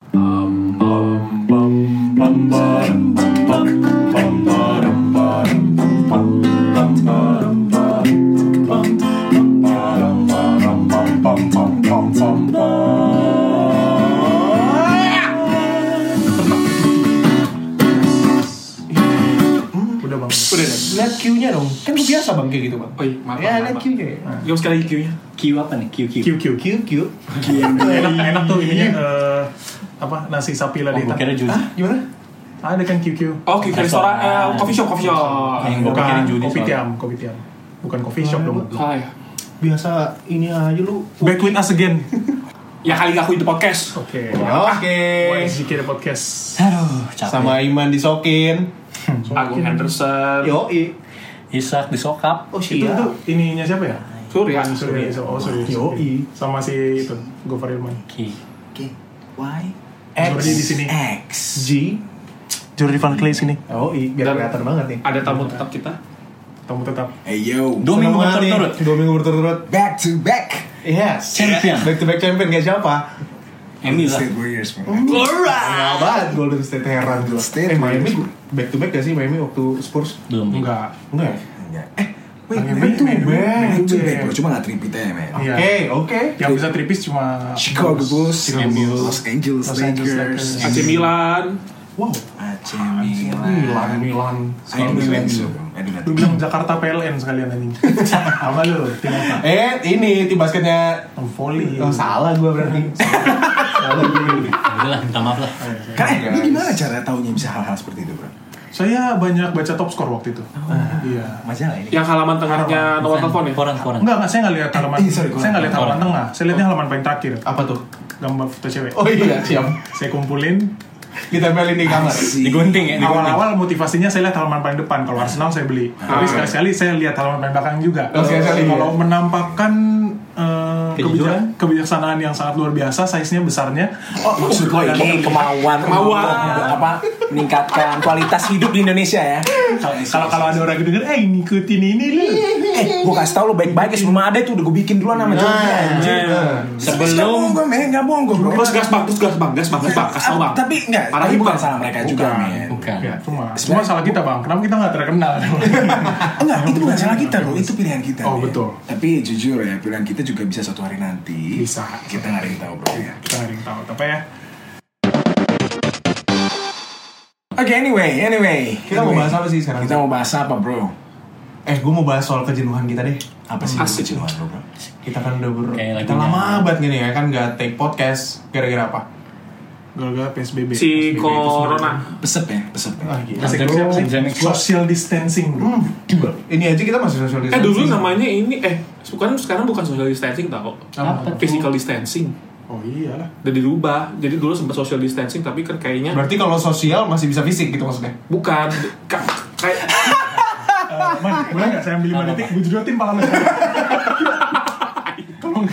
Udah Ya, bang. Udah deh. Lihat Q-nya dong. Kan lu biasa bang kayak gitu bang. Oh iya, maaf. ya lihat maaf, maaf. Q-nya. ya. Nah. Yuk sekali Q-nya. Q apa nih? Q Q. Q Q Q Q. Enak, Enak enak tuh ininya. eh, apa nasi sapi lah Oh, di gue kira judi. Ah gimana? Ada kan QQ. Oke, ke restoran, eh, coffee shop, coffee shop. Yang gue pikirin judi kopi soalnya. tiam, kopi tiam. Bukan coffee shop dong. Ah, ya. biasa ini aja lu Back with us again. Ya kali ngakuin itu podcast. Oke. oke YGK The Podcast. Aduh, capek. sama Iman disokin Agung Henderson. yoi Isak disokap. oh Itu siap tuh ininya siapa ya? Surya. Surya Iso. Oh, Surya Iso. Yoi. Sama si itu, Gofar Irman. Q. Oke. Y Jordi di sini. X. G Jordi Van Clay sini. yoi biar Dan- kelihatan banget nih Ada tamu tetap kita. Tamu tetap. Hey yo, Dua minggu Senang banget nih. berturut-turut. dua minggu berturut back to back. Iya. yes Champion. back to back champion gak siapa Emi lah. State Warriors, man. Ya banget Golden State heran gue. Golden State, eh Miami Miami. back to back gak sih Miami waktu Spurs? Belum. Enggak. Enggak ya? Enggak. Eh, wait, man, Miami back to man, back. back to back, bro. Cuma nggak tripit aja, man. Iya. Oke, oke. Yang bisa tripis cuma Chicago Bulls, Chicago MU. Los Angeles Los Angeles Lakers, AC Milan. Wow. AC Milan, Milan. Milan. I do not so, bro. I do not Lu bilang Jakarta PLN sekalian anjing. Apa lu? Tim apa? Eh, ini tim basketnya Volley. Oh, salah gue berarti. Salah gue. Udah lah, minta maaf lah. Kan, eh, lu gimana cara taunya bisa hal-hal seperti itu, bro? Saya banyak baca top score waktu itu. Oh. Iya. Majalah ini. Yang halaman tengahnya nomor telepon ya? Koran koran. Enggak, enggak, saya nggak lihat halaman. Eh, sorry, Oh. saya nggak lihat halaman tengah. Saya lihatnya halaman paling terakhir. Apa tuh? Gambar foto cewek. Oh iya, siap. Saya kumpulin. Kita pelin di kamar. Digunting ya. digunting. Awal-awal motivasinya saya lihat halaman paling depan. Kalau Arsenal saya beli. Tapi sekali-sekali saya lihat halaman paling belakang juga. Oh, sekali-sekali, Kalau iya. menampakkan eh, Kejujuran. kebijak- kebijaksanaan yang sangat luar biasa, size-nya besarnya. Oh, maksud gue ini kemauan, Kemauan. untuk apa? Meningkatkan kualitas hidup di Indonesia ya. Kalau kalau ada orang denger, eh ngikutin ini lu. Eh, gue kasih tau lo baik-baik ya sebelum ada itu udah gue bikin duluan sama Jordi anjir. Iya. Gak bohong Sebelum gue, men, gak bohong gue bro Ah, Terus gas bang, terus gas bang, gas bang, gas bang, kasih tau bang. Tapi enggak, Parah tapi bukan Bang. salah mereka juga Bukan. men bukan. Ya, cuma, cuma salah kita bang. Kenapa kita nggak terkenal? Ah, Enggak, itu bukan salah kita bro, itu pilihan kita Oh, men. betul. Tapi jujur ya, pilihan kita juga bisa suatu hari nanti Bisa. Kita gak ada yang tau bro ya Kita nggak ada yang tahu. Tapi ya, Oke, anyway, anyway Kita mau Anyway. bahas apa sih sekarang? Iya. Kita mau bahas apa bro? Eh, gue mau bahas soal kejenuhan kita deh. Apa sih Asik. kejenuhan lo bro? Kita kan udah ber... Kayak Kita lagunya. lama banget gini ya, kan gak take podcast. Gara-gara apa? gara-gara PSBB. PSBB Si itu Corona. Pesep ya, pesep ya Ah, gila. Masih Pandemic, kecil sih. pandemic. Social distancing bro. Ini aja kita masih social Eh distancing. dulu namanya ini, eh bukan sekarang bukan social distancing tau Apa Physical distancing Oh iyalah. Udah dirubah, jadi dulu sempat social distancing tapi kan kayaknya Berarti kalau sosial masih bisa fisik gitu maksudnya? Bukan, Ka- kayak Eh, Man, boleh nggak saya ambil 5 detik? Gue jodotin pahala saya. Tolong.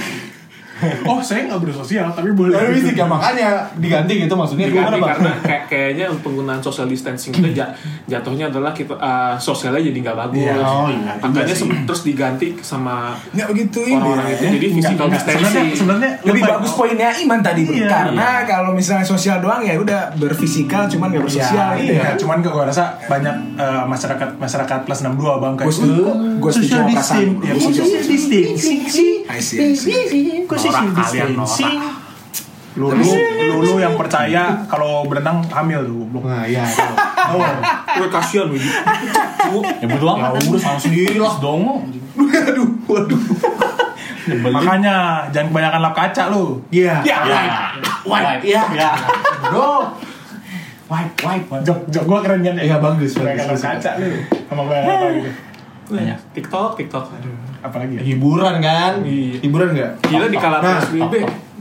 Oh, saya nggak bersosial, tapi boleh. Tapi fisik ya, makanya diganti gitu maksudnya. diganti Gimana, Bang? Iya, karena kayak, kayaknya penggunaan social distancing itu ja- jatuhnya adalah kita eh, sosialnya jadi nggak bagus. Iya, oh iya, Makanya sem- terus diganti sama Enggak begitu ini orang-orang itu jadi physical Nggak, Sebenarnya, distancing. sebenarnya lebih lupa- ya. bagus poinnya Iman tadi bro. Iya. karena kalau misalnya sosial doang ya udah berfisikal cuman gak bersosial Iya, gitu iya. kan. cuman gue rasa banyak eh, masyarakat masyarakat plus 62 bang kayak Gua setuju, "Eh, gua setuju social sama perasaan. distancing." Gua Ya, setuju. social distancing I see, I see. Kok social Norak kalian, distancing lu lu lu- lu yang percaya kalau berenang hamil tuh goblok. Nah, iya. iya. Gue kasihan begitu. ya berdua Ya urus sama sendiri lah. dongo. Aduh, waduh. makanya jangan kebanyakan lap kaca lu Iya. Ya, Wipe. Ya. Bro. Wipe, wipe. jok jok gua keren kan Iya, bagus, kebanyakan lap bagus, bagus. kaca lu sama kebanyakan apa gitu Banyak. TikTok, TikTok. apalagi ya? Hiburan kan? Iya. Hiburan nggak? Gila di kala Nah, PSBB,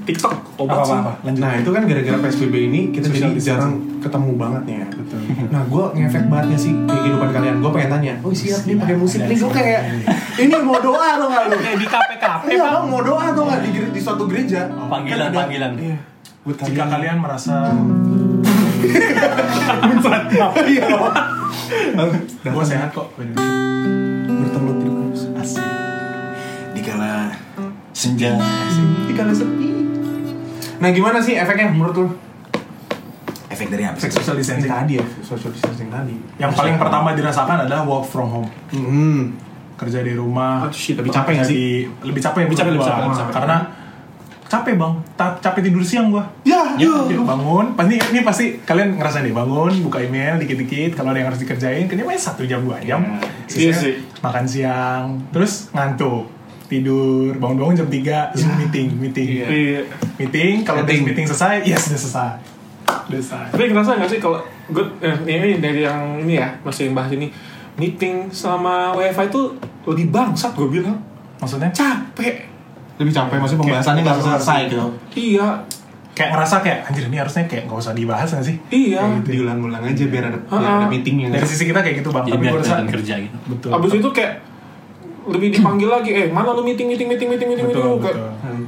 TikTok apa obat apa sih. apa lanjut Nah itu kan gara-gara PSBB ini kita Social jadi distancing. jarang ketemu banget nih ya. betul Nah gue ngefek banget nggak sih ke kehidupan kalian. Gue pengen tanya. Oh siap nih pakai musik nih gue kayak ini mau doa atau nggak lu? di KPK Iya bang mau doa atau nggak di, gere- di suatu gereja? Panggilan Kan ada- panggilan. Iya. Buat jika kalian merasa Iya. gua sehat kok bertemu terus. Asik. Dikala Senja. Di kala sepi. Nah gimana sih efeknya menurut lu? efek dari apa Efek sih? social distancing tadi ya social distancing tadi yang paling pertama dirasakan adalah work from home hmm. kerja di rumah Oh, shit. lebih capek nggak sih lebih capek lebih capek, lebih capek, lebih capek. karena capek bang Ta- capek tidur siang gua ya Iya, bangun pasti ini pasti kalian ngerasain nih bangun buka email dikit-dikit kalau ada yang harus dikerjain kayaknya paling satu jam dua jam Sisanya Iya sih. makan siang terus ngantuk tidur bangun-bangun jam 3 zoom meeting meeting Iya. meeting kalau udah Iya. Meeting. meeting selesai yes udah selesai udah selesai Tapi ngerasa nggak sih kalau gue eh, ini dari yang ini ya masih bahas ini meeting sama wifi itu lebih bangsat gue bilang maksudnya capek lebih capek maksudnya pembahasannya nggak selesai gitu iya kayak ngerasa kayak anjir ini harusnya kayak nggak usah dibahas nggak sih iya diulang-ulang aja biar ada biar Ah. ada meetingnya dari sisi kita kayak gitu bang Jadi tapi biar gue rasa kelihatan kerja gitu. betul abis itu kayak lebih dipanggil lagi eh mana lu meeting meeting meeting meeting meeting betul meeting betul kayak hmm,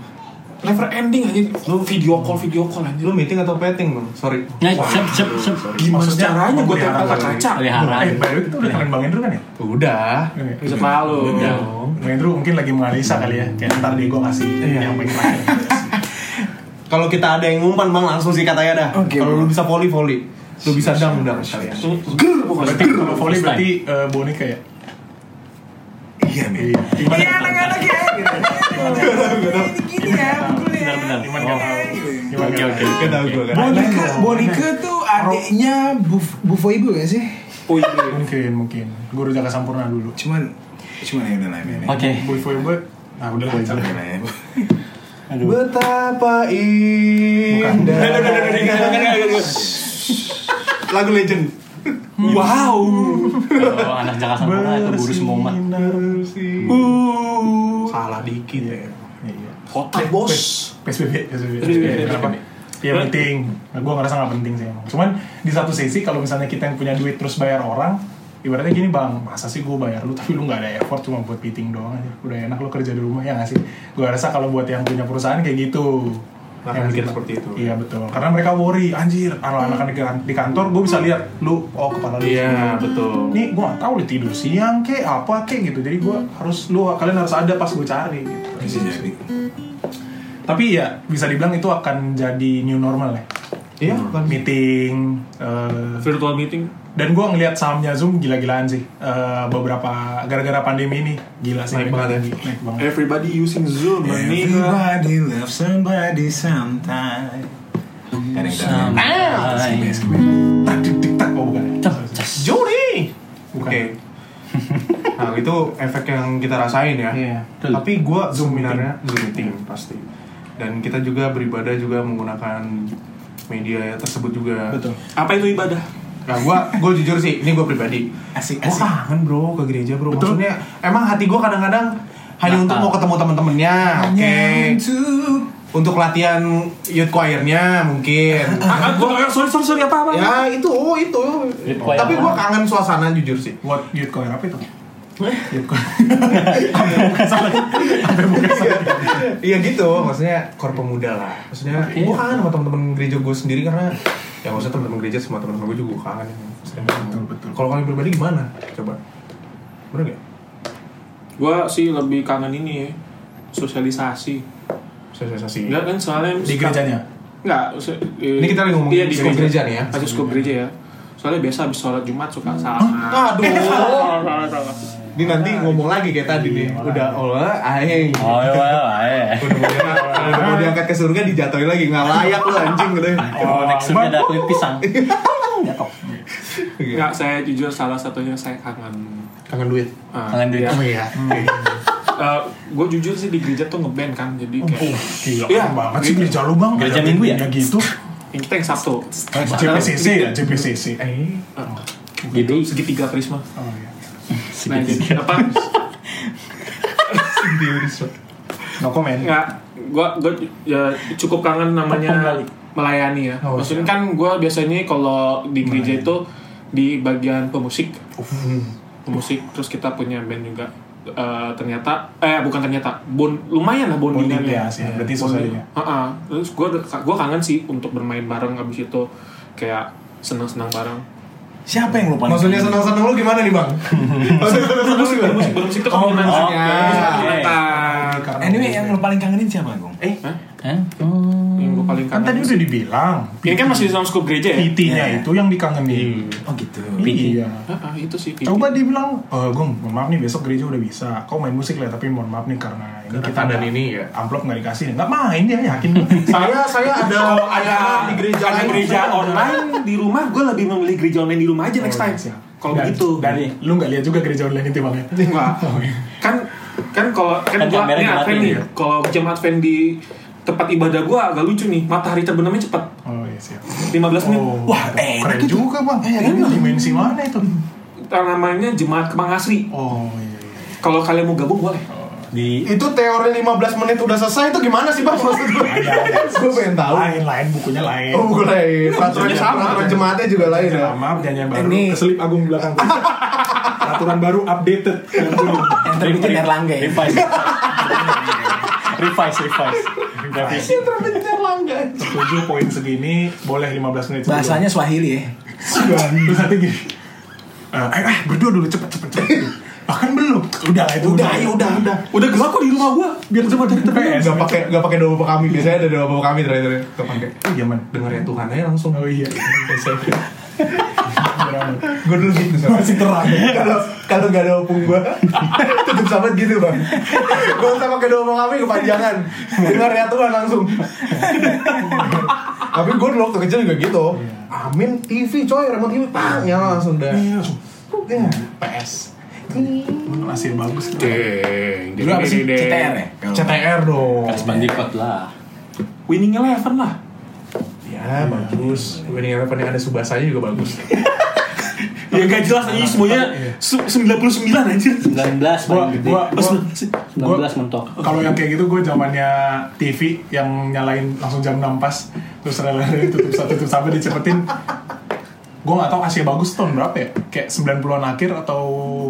never ending aja lu video call video call aja lu meeting atau petting bang sorry Nah, sep, sep, sep. gimana Maksudnya caranya gue memelihara tempel lagi. kaca Pelihara. eh by the way kita udah kangen bang Indro kan ya udah Oke. bisa malu Iya. Iya. Bang Indro mungkin lagi menganalisa kali ya kayak ntar deh gue kasih yang paling terakhir kalau kita ada yang ngumpan bang langsung sih katanya dah Oke, kalau lu bisa volley volley lu bisa dam dam sekalian ger bukan berarti kalau volley First berarti eh, boneka ya Iya, men. Iya. Gimana? Iya, anak-anak ya. Gini ya, pukulnya. Benar, Oh, benar. Gimana? Oke, oke. Gak tau gue kan Bonika, Bonika tuh adiknya Buf- Bufo Ibu gak sih? Puy, Mungkin, mungkin. Guru Jaka Sampurna dulu. Cuman, cuman ya udah lah, men. ya. Oke. Boy boy boy. Nah, udah Iya, lah. Udah capek. lah, ya. Betapa indah Lagu legend wow Kalau Oh, anak Jakarta Sampurna keburu semua umat. Bersinar Salah dikit ya Iya, iya. hotel bos PSBB, PSBB. Iya, PSBB. Kenapa? Ya penting. Nah, gue ngerasa nggak penting sih emang. Cuman di satu sisi kalau misalnya kita yang punya duit terus bayar orang, ibaratnya gini bang, masa sih gue bayar lu tapi lu nggak ada effort cuma buat meeting doang aja. Udah enak lu kerja di rumah ya nggak sih? Gue rasa kalau buat yang punya perusahaan kayak gitu. Nah, Yang mikir kita- seperti itu. Iya betul. Karena mereka worry, anjir. Kalau anak-anak di kan- di kantor, gue bisa lihat lu, oh kepala lu. Iya betul Ini gue nggak tahu lu tidur siang kek apa kek gitu. Jadi gue harus lu kalian harus ada pas gue cari. Gitu. Bisa jadi. Tapi ya bisa dibilang itu akan jadi new normal ya. Iya kan Meeting eh, virtual meeting dan gua ngelihat sahamnya Zoom gila-gilaan sih. Eh, beberapa gara-gara pandemi ini gila sih. Naik banget ya. Naik banget. everybody using zoom ini Everybody loves somebody sometime. Kadang kita- Sampai. Tak tik tik tak oh bukan. Juri Bukan. Oke Nah itu efek yang kita rasain ya Iya. Tapi gue Zoom sebenarnya Zoom meeting pasti Dan kita juga beribadah juga menggunakan media tersebut juga Betul. apa itu ibadah Nah gua gua jujur sih, ini gua pribadi. Asik, Gua asik. kangen bro ke gereja bro. Maksudnya emang hati gua kadang-kadang hanya untuk mau ketemu temen-temennya, oke. Untuk latihan youth choir-nya mungkin. ah, gua, sorry sorry sorry apa apa ya itu, oh, itu. Youth choir. Tapi gua kangen suasana jujur sih. What youth choir apa itu? Youth choir. Hampir bukan salah. Hampir bukan salah. Iya gitu, maksudnya kor pemuda lah. Maksudnya gua kangen sama temen-temen gereja gua sendiri karena ya maksudnya temen-temen gereja sama temen-temen gua juga gua kangen. gitu. Betul, betul. Kalau kalian pribadi gimana? Coba. Bener gak? gua sih lebih kangen ini ya sosialisasi Sosialisasi. enggak kan soalnya Di gerejanya. Enggak, se- Ini kita lagi ngomongin iya, di skop gereja nih ya. Hmm. Masih skop gereja ya. Soalnya biasa habis sholat Jumat suka salah. Ah, Aduh. Salah, salah, salah. Ini nanti ngomong lagi kayak tadi nih. Udah olah aing. Oh, iya, iya, iya. Udah mau diangkat, udah mau diangkat ke surga dijatuhin lagi nggak layak lu anjing gitu. Oh, next sudah ada kulit pisang. Enggak, saya jujur salah satunya saya kangen. iya. Kangen duit. Ah, Kangen duit. iya. Oh iya. Eh, gue jujur sih di gereja tuh ngeband kan, jadi kayak Gila Iya. keren banget sih gereja lu bang. Gereja Ada Minggu ya? bandnya gitu. kita yang Sabtu. JPCC ya JPCC. Eh, Gitu segitiga prisma. Oh iya. Nah, jadi apa? No comment. Enggak, gue gue ya, cukup kangen namanya melayani iya. ya. Oh, Maksudnya kan gue biasanya kalau di gereja itu di bagian pemusik, pemusik terus kita punya band juga. Eh, ternyata eh bukan ternyata bon lumayan lah Bonding bondingan ya, sih. Berarti sosialnya. Heeh. terus gue gue kangen sih untuk bermain bareng abis itu kayak senang-senang bareng Siapa yang lupa? Maksudnya senang-senang lu gimana nih bang? Maksudnya senang-senang lu gimana? bermusik bermusik itu kan bermusik. menantang Oh, Karena- Anyway, yang lu paling kangenin siapa, Gong? Hah? Oh. yang gue paling Kan tadi kangen. udah dibilang. Ini kan masih di dalam skup gereja ya? PT-nya itu yang dikangenin. Oh gitu. Iya. Ah, ah, itu sih. Pipi. Coba dibilang, eh Gung, mohon maaf nih besok gereja udah bisa. Kau main musik lah, tapi mohon maaf nih karena ini kita keadaan nggak- ini ya. amplop nggak dikasih. Nggak main dia yakin. saya saya ada ada ada di gereja ada lain. gereja online di rumah gue lebih memilih gereja online di rumah aja next time siap. kalau Dan- begitu Dan nih, lu nggak lihat juga gereja online itu bang ya? Enggak. kan kan kalau kan Kan gua kamera ini dimatiin Advent nih ya. kalau jam Advent di tempat ibadah gua agak lucu nih matahari terbenamnya cepat Oh iya siap. 15 menit Wah, keren juga bang. Eh, ini dimensi mana itu? namanya jemaat Kemang Asri Oh iya. iya. kalau kalian mau gabung boleh Di Itu teori 15 menit udah selesai itu gimana sih bang maksud gue? gue pengen tahu. Ah, Lain lain bukunya lain. Oh gue lain. Peraturannya Sama. sama, peraturan jemaatnya juga lain ya. lama perjanjian baru. Ini- Keselip Agung belakang. Peraturan baru updated. Yang terbitin Erlangga ya. revise. revise, revise. Revisi. Terbencar langga. Setuju poin segini boleh 15 menit. sebelum. Bahasanya Swahili ya. terus nanti gini. Eh, ayo, eh, berdua dulu cepet cepet cepet. Bahkan belum. Udah lah itu. Udah, ya udah, udah. udah gelap kok di rumah gua Biar cepet cepet. PS. Gak pakai gak pakai doa bapak kami biasanya ada doa bapak kami terakhir gak pakai. Iya man. Dengar ya Tuhan aja langsung. Oh iya. Gue dulu gitu soalnya. Masih terang. kalau kalau gak ada opung gua tutup sahabat gitu bang gua sama pakai doa kami kepanjangan dengar ya Tuhan langsung tapi gua dulu waktu kecil juga gitu amin TV coy remote TV pang nyala ya, langsung dah Iya, langsung. Iya. PS. Masih bagus. Dulu apa sih? CTR ya? CTR dong Kas Bandicoot lah. winning eleven lah ya bagus Winning Eleven yang ada Subasanya juga bagus ya gak jelas aja semuanya se- 99 anjir 19 Gua, paling gede. gua, Oh, gua, 19 mentok. Kalau yang kayak gitu gue zamannya TV yang nyalain langsung jam 6 pas terus rela-rela tutup satu tutup sampai dicepetin. Gue gak tau Asia bagus tahun berapa ya? Kayak 90-an akhir atau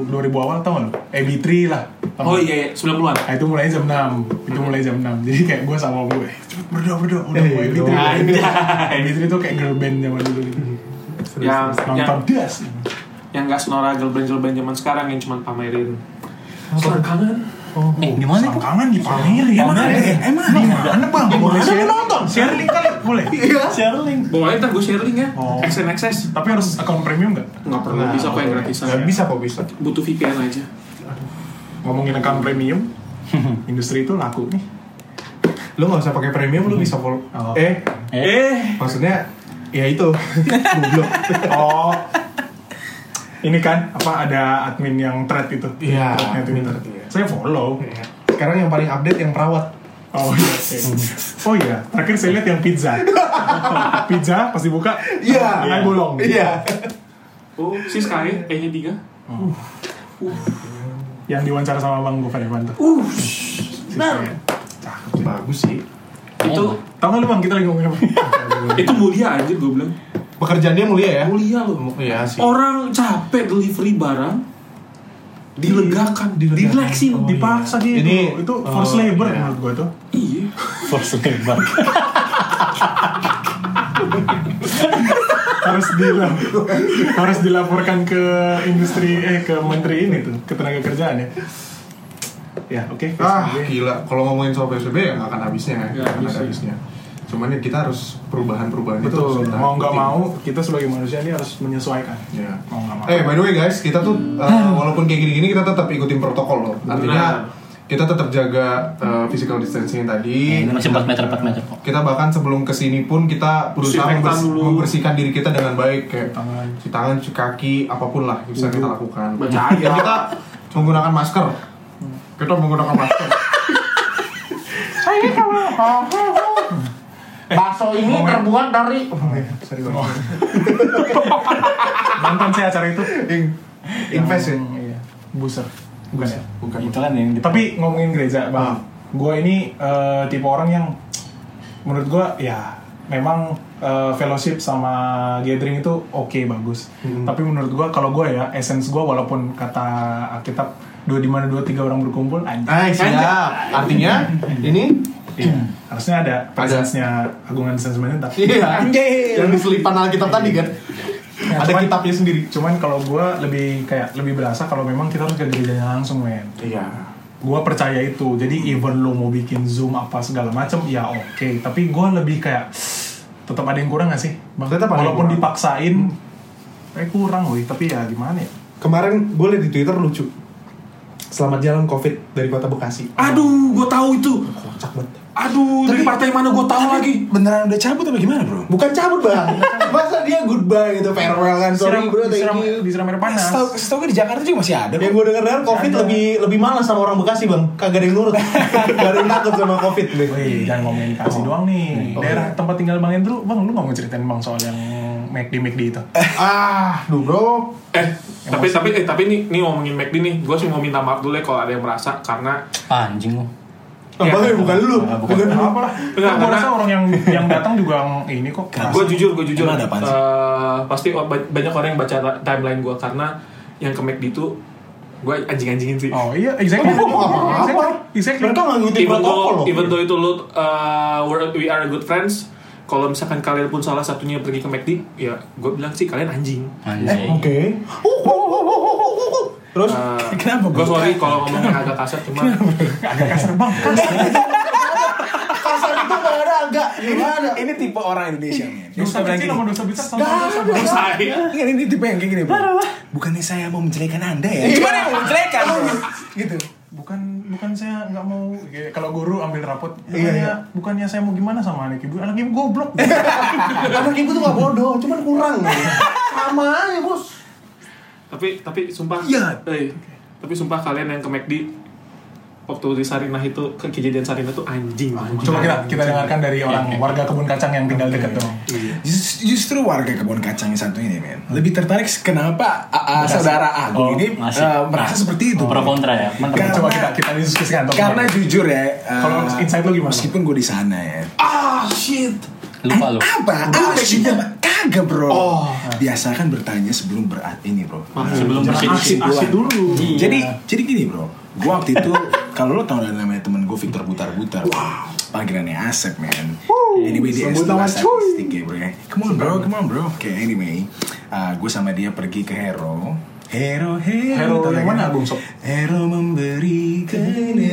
2000 awal tau gak lu? EB3 lah. Tau oh gak? iya iya 90-an Nah, itu mulai jam 6 Itu mulai jam 6 Jadi kayak gue sama gue Cepet berdoa berdoa Udah Eh, mau EB3 doa. EB3 tuh kayak girl band zaman dulu gitu yang ya. yang Nonton das yang gak senora girl band girl band zaman sekarang yang cuman pamerin selangkangan Eh, di mana kok? Kangen dipamerin Emang ada ya? Emang ada Gimana bang? Boleh Iya. share nonton? Share link kali? Boleh? Sharing. boleh ntar gue share link ya Oh. access access Tapi harus account premium gak? nggak perlu bisa kok yang gratisan ya. Nggak bisa kok bisa butuh VPN aja ngomongin account premium industri itu laku nih lu gak usah pakai premium lu bisa follow Oh. eh eh maksudnya ya itu goblok oh ini kan apa ada admin yang thread itu Iya, Threadnya admin Twitter. thread, iya. saya follow Iya. sekarang yang paling update yang perawat oh iya oke. oh iya terakhir saya lihat yang pizza pizza pasti buka tangan bolong Iya. oh si Sky E nya tiga yang diwawancara sama bang Gofar Irwanto uh nah. Bagus sih. itu tau gak lu bang kita lagi ngomongin Oh, apa iya. itu mulia anjir gue bilang Pekerjaan dia mulia ya? mulia loh Mulia sih. orang capek delivery barang dilegakan dilegakan. dileksin Oh, dipaksa iya. gitu Ini, itu force oh, labor iya. menurut gua tuh iya Force lebar. harus dilapor, harus dilaporkan ke industri eh ke menteri ini tuh ketenaga kerjaan ya ya oke Ah, PSBB. gila. Kalau ngomongin soal PSBB ya nggak akan habisnya. Nggak Nggak akan habis ada ya. habisnya. Cuman ya kita harus perubahan-perubahan itu harus betul kita mau nggak ikutin. mau kita sebagai manusia ini harus menyesuaikan Ya. mau nggak mau Hmm. Eh, by the way guys, kita tuh uh, walaupun kayak gini-gini kita tetap ikutin protokol loh. Artinya kita tetap jaga uh, physical distancing tadi. Ini masih 4 meter, 4 meter kok. kita bahkan sebelum kesini pun kita berusaha Disinfektan members- dulu. membersihkan diri kita dengan baik kayak Tangan. cuci tangan, cuci kaki, apapun lah yang bisa kita lakukan. Baca ayat. Ya kita menggunakan masker. Kita menggunakan masker. bakso ini terbuat dari nonton saya acara itu In- Invest ya. Yang- iya. buser bukan ya Bukan. Itu kan yang di tapi ngomongin gereja bang Hmm. gue ini eh, tipe orang yang menurut gue ya memang eh, fellowship sama gathering itu oke bagus tapi menurut gue kalau gue ya essence gue walaupun kata Alkitab dua di mana dua tiga orang berkumpul anjing Nah, siap. Artinya ini Iya. harusnya ada presence-nya agungan sensmen tapi iya yang diselipan Alkitab tadi kan. Ya, Ada cuman- kitabnya sendiri. cuman kalau gue lebih kayak lebih berasa kalau memang kita harus ke gerejanya langsung men Iya. gua percaya itu jadi even lo mau bikin zoom apa segala macem ya oke tapi gua lebih kayak tetap ada yang kurang gak sih Bang? Tetap ada yang walaupun kurang. dipaksain eh kurang woi tapi ya gimana ya Kemarin gue liat di Twitter lucu. Selamat jalan COVID dari kota Bekasi. Aduh, gue tahu itu. Kocak banget. Aduh, dari partai mana gue tahu lagi. Beneran udah cabut apa gimana bro? Bukan cabut bang. Masa dia goodbye gitu, farewell kan. Sorry Siram- bro, thank disiram, you. disiram air panas Setahu setahu gue di Jakarta juga masih ada Yang kok. gue denger dengar covid lebih lebih malas sama orang Bekasi bang. Kagak ada yang nurut. Gak ada yang takut sama covid nih. Woi, Iya, jangan ngomongin kasih doang nih. Daerah tempat tinggal Bang Andrew, Bang, lu nggak mau ceritain Bang soal yang McD McD itu? Ah, duh bro. Eh, tapi tapi eh tapi nih, nih ngomongin McD nih, gue sih mau minta maaf dulu ya kalau ada yang merasa karena Ah, Anjing lu. Bang, Ya, ya, bukan lu. Bukan lu. Apa lah? Enggak, Gua karena- rasa orang yang yang datang juga ng- ini kok. gue jujur gue jujur Emang ada apaan sih? Eh, pasti o- ba- banyak orang yang baca ta- timeline gue karena yang ke McD itu gue anjing-anjingin sih. Oh iya, exactly. Lu mau apa-apa. Exactly. exactly. Mereka nggak ngikutin even protokol though loh. even though itu lu uh, we're- we are good friends kalau misalkan kalian pun salah satunya pergi ke McD ya gue bilang sih kalian anjing Eh, Anjing. Oke. Uh, uh, uh, uh, uh, uh, uh. Terus Kenapa, gue sorry kalau ngomongnya agak kasar cuma Agak kasar bang. kasar itu nggak ada agak gimana? Ini tipe orang Indonesia men. Yang Dosa suka bilang kecil gini, sama dosa besar sama Nggak dosa. ada. saya Enggak, ini tipe yang kayak gini, Bro. Bukannya saya mau menjelekan Anda ya. Gimana yang mau menjelekan? Bro? gitu. Bukan bukan saya nggak mau kayak kalau guru ambil rapot. Iya, iya. Bukannya bukannya saya mau gimana sama anak ibu. Anak ibu goblok. Anak ibu tuh gak bodoh, cuman kurang. Sama aja bos. tapi tapi sumpah Iya. eh, tapi sumpah kalian yang ke McD waktu di Sarinah itu ke- kejadian Sarinah tuh anjing Coba kita kita dengarkan dari orang warga kebun kacang yang tinggal deket dong. Just- justru warga kebun kacang yang satu ini, men. Lebih tertarik kenapa AA saudara Agung Oh, ini masih. eh, merasa seperti itu. Pro kontra ya. Mantap. Karena- Coba kita kita diskusikan Tom. Karena jujur ya, eh, Kalau insight lu gimana? Meskipun gue di sana ya. Eh, ah shit Lupa lu. Apa? Apa sih? Kagak, Bro. Biasakan bertanya sebelum berat ini, Bro. Sebelum bersih. Aksi aksi dulu. Jadi jadi gini bro, gua waktu itu kalau lo tau lah namanya temen gue Victor Butar-Butar, wow. panggilannya Asep man. anyway dia S2 sebut nama statistik ya bro ya. Come on bro, come on bro. Oke anyway, uh, gue sama dia pergi ke Hero. Hero, Hero, Hero tau yang kan? mana, Bung Sob? Hero memberi ke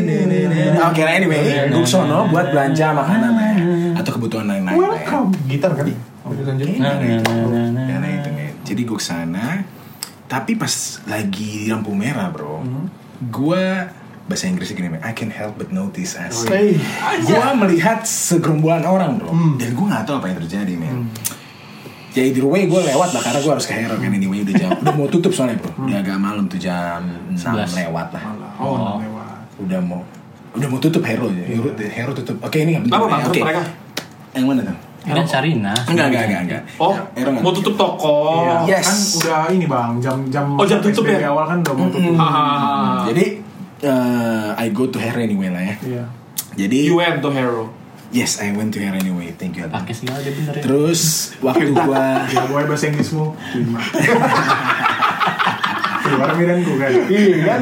Oke, nah, anyway, gue ke sono buat belanja makanan ya. atau kebutuhan lain-lain. ya. Gitar kan? Nah, nah, Nah, itu. nah, nah, Nah, nah, itu, men. Jadi gue kesana, tapi pas lagi di lampu merah bro, gue bahasa Inggrisnya gini, men, I can help but notice us. Hey. Gue melihat segerombolan orang bro, dan gue nggak tahu apa yang terjadi men. Ya either way gue lewat lah karena gue harus ke Hero kan anyway udah jam udah mau tutup soalnya bro udah agak malam tuh jam 6 Sebelas. lewat lah Oh, lewat. udah mau udah mau tutup Hero Hero, Hero tutup oke ini nggak bentar, Apa, men. bangkrut Oke. mereka? yang mana tuh Ini Sarinah. enggak enggak enggak enggak oh Hero nggak mau tutup toko Iya, Yes. Kan udah ini bang, jam jam Oh, jam tutup PSBB ya? awal kan udah mau tutup. Hahaha. Jadi eh, I go to her anyway lah ya. Iya. Jadi UN tuh hero yes I went to her anyway. Thank you. Adam. Pakai segala dia bener ya. Terus waktu gua Ya gue bahasa Inggris lu terima. Keluar medan gue kan. Iya kan.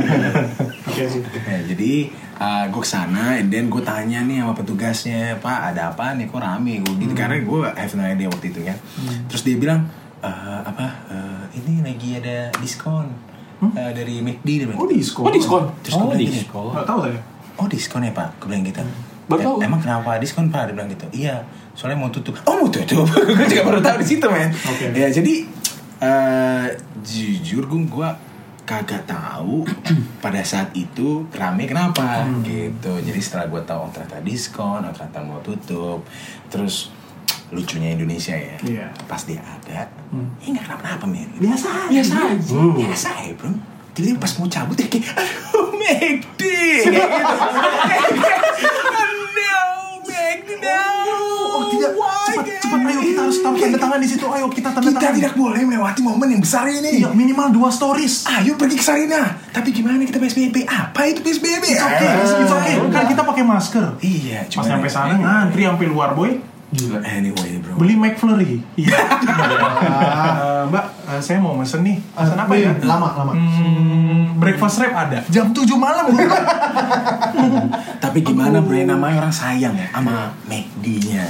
Oke sih. eh, jadi eh, gua kesana and then gua tanya nih sama petugasnya Pak ada apa nih kok rame gua gitu karena gua have no idea waktu itu kan. Terus dia bilang "Eh, apa eh, ini lagi ada diskon eh, dari McD dia bilang. Oh diskon. oh diskon Terus gua Oh, bilang di gini, sekolah. Gak tahu saya. oh diskon ya pak gue bilang gitu Baru "Em- tahu." emang kenapa diskon pak dia bilang gitu iya soalnya mau tutup oh mau tutup gue juga baru tahu di situ men Oke. ya jadi eh, jujur gue gue kagak tahu pada saat itu rame kenapa Hmm. gitu jadi setelah gue tahu oh ternyata diskon oh ternyata mau tutup terus lucunya Indonesia ya Iya. Hmm. pas dia ada ya nggak kenapa-napa men Biasa. biasa aja biasa aja bro tiba-tiba pas mau cabut ya kayak aduh McD Kayak gitu. no McD no Oh tidak, Why, cepat guys? cepat ayo kita harus taruh tanda tangan di situ. Ayo kita tanda kita tangan. Iya, tidak boleh melewati momen yang besar ini Iya, minimal dua stories. ayo pergi ke Sarina tapi gimana kita PSBB apa itu PSBB It's okay, it's okay. Kan kita pakai masker. Eh. iya Pas nyampe sana ngantri sampai luar boy. gila anyway bro Beli McFlurry. Iya. Eh, Mbak, eh, saya mau mesen nih. Mesen apa ya? Iya. Lama, lama. Hmm, breakfast wrap ada. Jam 7 malam. tapi gimana bro namanya orang sayang ya sama McD-nya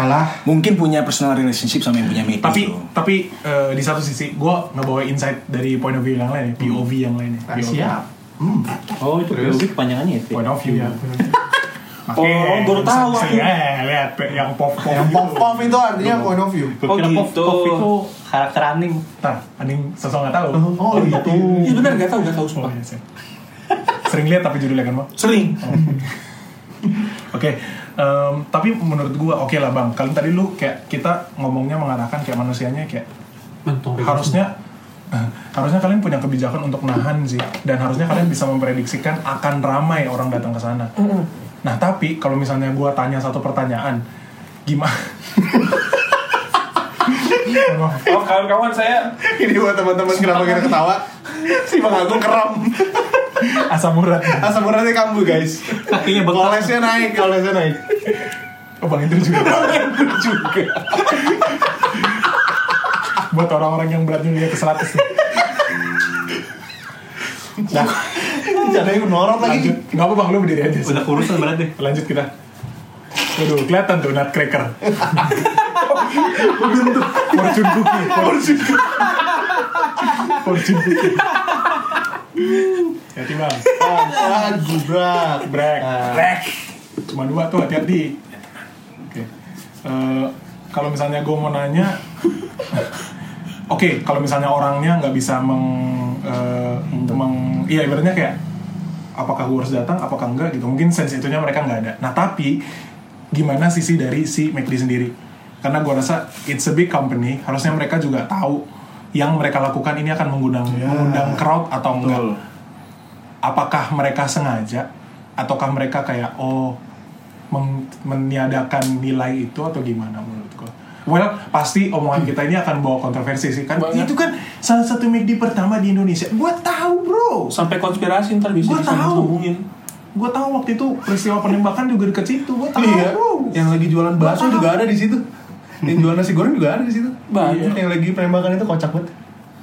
Kalah. Ah. mungkin punya personal relationship sama yang punya McD tapi bro. tapi eh, di satu sisi gue ngebawa insight dari point of view yang lain ya, POV yang lain ya, POV. siap. Oh itu POV kepanjangannya ya. Fit? Point of view. Iya. Makanya, Oh, baru tahu sering- aku. sering aja lihat pe- yang pop pop. Yang pop pop itu artinya point of view. Gua Oh, kira pop gitu. pop itu karakter anime. Nah, anjing sosok nggak tahu. Oh gitu. Iya benar nggak tahu nggak tahu Oh, sumpah. iya, sih. Sering lihat tapi judulnya kan bang. Sering. Oke, em, tapi menurut gua oke lah bang. Kalian tadi lu kayak kita ngomongnya mengarahkan kayak manusianya kayak harusnya eh, harusnya kalian punya kebijakan untuk nahan sih dan harusnya kalian bisa memprediksikan akan ramai orang datang ke sana. Nah tapi kalau misalnya gua tanya satu pertanyaan, gimana? Maaf. Oh kawan-kawan saya Ini buat teman-teman kenapa kita ketawa? Si Bang Agung kram. Asam urat. Asam uratnya kambuh, guys. Kakinya bekas. Kolesnya naik, kolesnya naik. Oh bang Indri juga. Buat orang-orang yang beratnya dia ke 100 nih. Nah, caranya norot lagi. Lanjut. Nggak apa bang lu berdiri aja. Udah kurusan berat deh. Lanjut kita. Waduh, kelihatan tuh nutcracker. Bentuk fortune cookie, fortune cookie. Fortune cookie. Hati bang. Ah, gubrak. Brek, Nah. brek. Cuma dua tuh hati-hati. Oke. Eh, kalau misalnya gue mau nanya, oke, kalau misalnya orangnya nggak bisa meng, eh, meng, iya ibaratnya kayak apakah gue harus datang, apakah enggak gitu. Mungkin sense itunya mereka nggak ada. Nah tapi gimana sisi dari si McD sendiri? Karena gue rasa it's a big company, harusnya mereka juga tahu yang mereka lakukan ini akan mengundang mengundang crowd atau enggak apakah mereka sengaja ataukah mereka kayak oh meng- meniadakan nilai itu atau gimana menurut gua Well, pasti omongan kita ini akan bawa kontroversi sih kan. Banyak. Itu kan salah satu McD pertama di Indonesia. Gua tahu, Bro. sampai konspirasi ntar bisa Gua tahu. disambung-sambungin. Gua tahu waktu itu peristiwa penembakan juga dekat situ. Gua tahu, Iya. Bro. Yang lagi jualan bakso juga ada di situ. Yang jualan nasi goreng juga ada di situ. Banyak. Iya. Yang lagi penembakan itu kocak banget.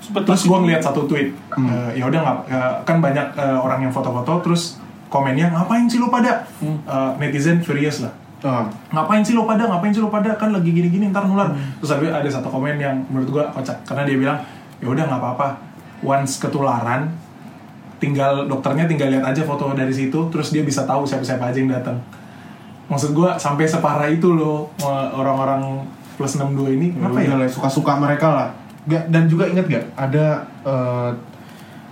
Seperti Terus gua ngeliat satu tweet. Eh, ya udah nggak eh, kan banyak eh, orang yang foto-foto terus komennya ngapain sih lu pada? Eh, netizen furious lah. Ah. ngapain sih lo pada ngapain sih lo pada kan lagi gini-gini ntar nular terus tapi ada satu komen yang menurut gua kocak karena dia bilang ya udah nggak apa-apa once ketularan tinggal dokternya tinggal lihat aja foto dari situ terus dia bisa tahu siapa-siapa aja yang datang maksud gua sampai separah itu loh eh, orang-orang plus 62 ini apa apa ya ya lah, suka-suka mereka lah Gak- dan juga ingat gak ada eh,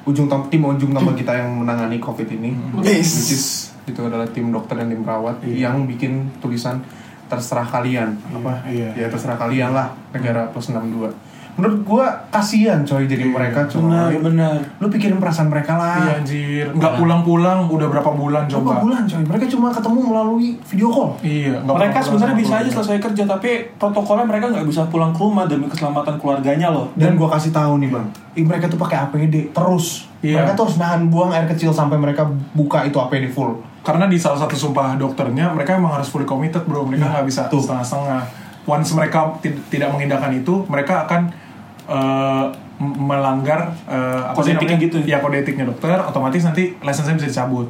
ujung tom, tim ujung tombak kita yang menangani covid ini which is itu adalah tim dokter dan tim perawat Hmm. Iya. yang bikin tulisan terserah kalian apa iya. Hmm. ya terserah kalian lah negara plus 62 menurut gua kasihan coy jadi mereka coy benar benar. lu pikirin perasaan mereka lah iya anjir nggak pulang-pulang udah berapa bulan Berapa coba bulan coy mereka cuma ketemu melalui video call iya nggak Mereka pulang-pulang, sebenarnya bisa aja pulang-pulang. selesai kerja tapi protokolnya mereka nggak bisa pulang ke rumah demi keselamatan keluarganya loh. dan gua kasih tahu nih bang ih, mereka tuh pakai APD terus Iya. mereka tuh harus nahan buang air kecil sampai mereka buka itu APD full karena di salah satu sumpah dokternya mereka emang harus fully committed bro mereka Iya, nggak bisa tuh. setengah-setengah once mereka tid- tidak mengindahkan itu mereka akan eh, m- melanggar eh, apa sih Kode etiknya namanya? gitu ya? ya kode etiknya dokter otomatis nanti lisensinya bisa dicabut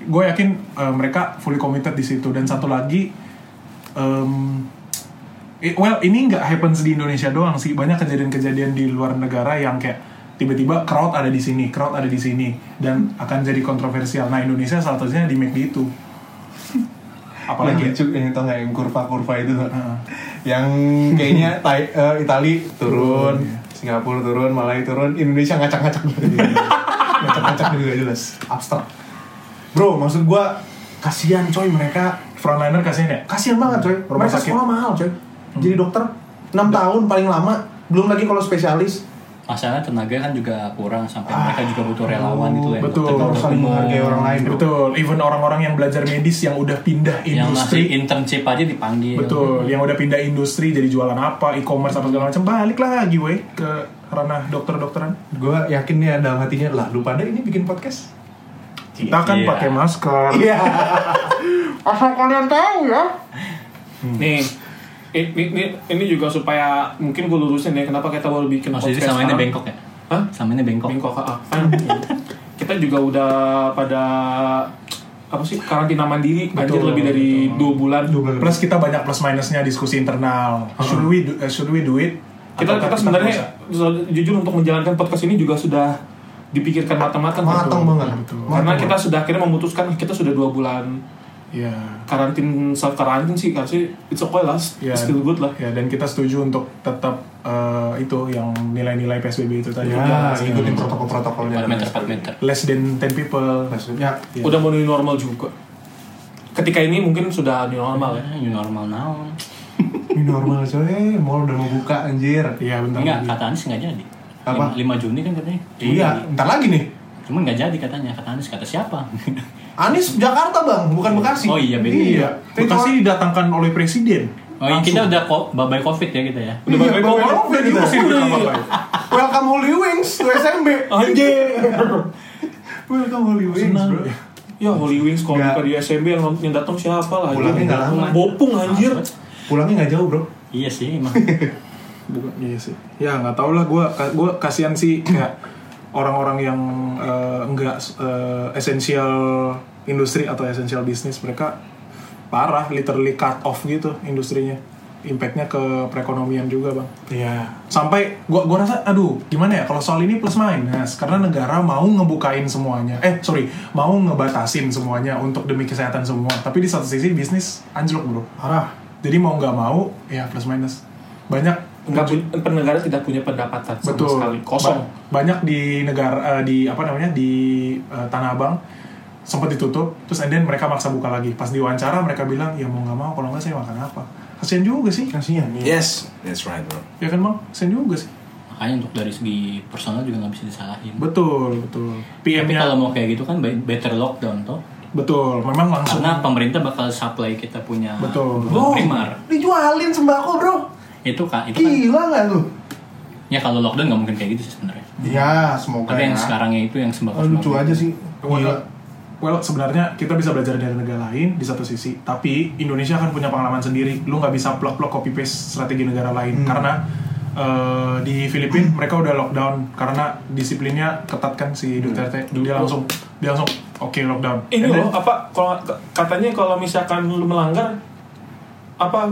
gue yakin eh, mereka fully committed di situ dan satu lagi em, Eh, well ini nggak happens di Indonesia doang sih banyak kejadian-kejadian di luar negara yang kayak tiba-tiba crowd ada di sini crowd ada di sini dan akan jadi kontroversial nah Indonesia salah satunya di McD itu apalagi apalagi ya? Iya, lucu yang itu nggak yang kurva-kurva itu Heeh. yang kayaknya Thai, eh, Itali turun Singapura turun Malai turun Indonesia ngacak-ngacak ngacak-ngacak juga jelas Iya. abstrak bro maksud gua kasihan coy mereka frontliner kasihan ya kasihan banget coy Rumah mereka sakit. sekolah mahal coy jadi dokter 6 tahun paling lama belum lagi kalau spesialis Masalah tenaga kan juga kurang sampai mereka juga butuh relawan gitu ya. betul. Dokter-dokter harus saling umum, menghargai orang lain bro. betul even orang-orang yang belajar medis yang udah pindah Yang masih industri internship aja dipanggil. betul yang udah pindah industri jadi jualan apa e-commerce apa segala macam balik lagi weh ke ranah dokter-dokteran gue yakin nih dalam hatinya lah lu pada ini bikin podcast kita kan Iya. pakai masker iya asal kalian tahu ya Nih, ini, ini, ini juga supaya mungkin gue lurusin ya kenapa kita baru bikin Maksudnya podcast sama ini sekarang. bengkok ya? Hah? Sama ini bengkok. Bengkok ah, ah. kan kita juga udah pada apa sih karantina mandiri anjir Betul, lebih dari dua bulan. Plus kita banyak plus minusnya diskusi internal. Should we do, eh, should we do it? Kita Atau kita sebenarnya jujur untuk menjalankan podcast ini juga sudah dipikirkan matang-matang matang Betul. banget betul. karena kita sudah akhirnya memutuskan kita sudah dua bulan Iya. karantin self karantin sih harusnya it's okay lah it's Iya. still good lah Ya, dan kita setuju untuk tetap eh, itu yang nilai-nilai PSBB itu tadi. ya Jangan- ikutin protokol-protokolnya 4 meter 4 meter less than 10 people. maksudnya Iya. udah mau new normal juga ketika ini mungkin sudah new normal ya Ah, new normal now ini normal coy mall udah mau buka anjir Iya, bentar. enggak lagi. kata Anies nggak jadi Apa? 5 Juni kan katanya iya ntar lagi nih cuman nggak jadi katanya kata Anies kata siapa Anies Jakarta bang bukan Bekasi Oh, iya, beda. iya Bekasi didatangkan oleh presiden. oh iya, kita udah ko- bye covid ya kita ya udah Iya, bawa Covid kita diusir kita, Bapak. welcome Holy Wings to SMB anjir welcome Holy Wings bro ya Holy Wings kalau Nggak. buka di SMB yang, yang datang siapa lah Pulangnya nggak lama. bopung anjir pulangnya nggak jauh bro iya sih emang Bukan, iya sih. Ya nggak tau lah, gue gua kasihan sih kayak orang-orang yang eh, nggak eh, esensial industri atau esensial bisnis mereka parah, literally cut off gitu industrinya. Impactnya ke perekonomian juga bang. iya Sampai gua gua rasa, aduh gimana ya kalau soal ini plus minus karena negara mau ngebukain semuanya, eh sorry mau ngebatasin semuanya untuk demi kesehatan semua. Tapi di satu sisi bisnis anjlok bro. parah Jadi mau nggak mau ya plus minus banyak nggak pun negara tidak punya pendapatan sama betul sekali kosong Ba- banyak di negara eh, di apa namanya di eh, tanah abang sempat ditutup terus and then mereka maksa buka lagi pas diwawancara mereka bilang ya mau nggak mau kalau nggak saya makan apa kasian juga sih kasihan iya Yes, that's right bro. ya kan bang kasian juga sih makanya untuk dari segi personal juga nggak bisa disalahin betul Iya, betul PM tapi nya kalau mau kayak gitu kan be- better lockdown toh betul memang langsung karena pemerintah bakal supply kita punya Betul. kebutuhan primer dijualin sembako bro itu kan itu Iya. kan gila nggak lu ya kalau lockdown nggak mungkin kayak gitu sih sebenarnya iya semoga tapi yang ya. sekarangnya itu yang sembako Oh, lucu aja sih Iya. gila Well, sebenarnya kita bisa belajar dari negara lain di satu sisi, tapi Indonesia akan punya pengalaman sendiri. Lu nggak bisa plok-plok copy paste strategi negara lain Hmm. karena eh, di Filipina mereka udah lockdown karena disiplinnya ketat kan si Duterte. Dia langsung dia langsung oke lockdown. Hmm. ini And then- loh apa kalau katanya kalau misalkan lu melanggar apa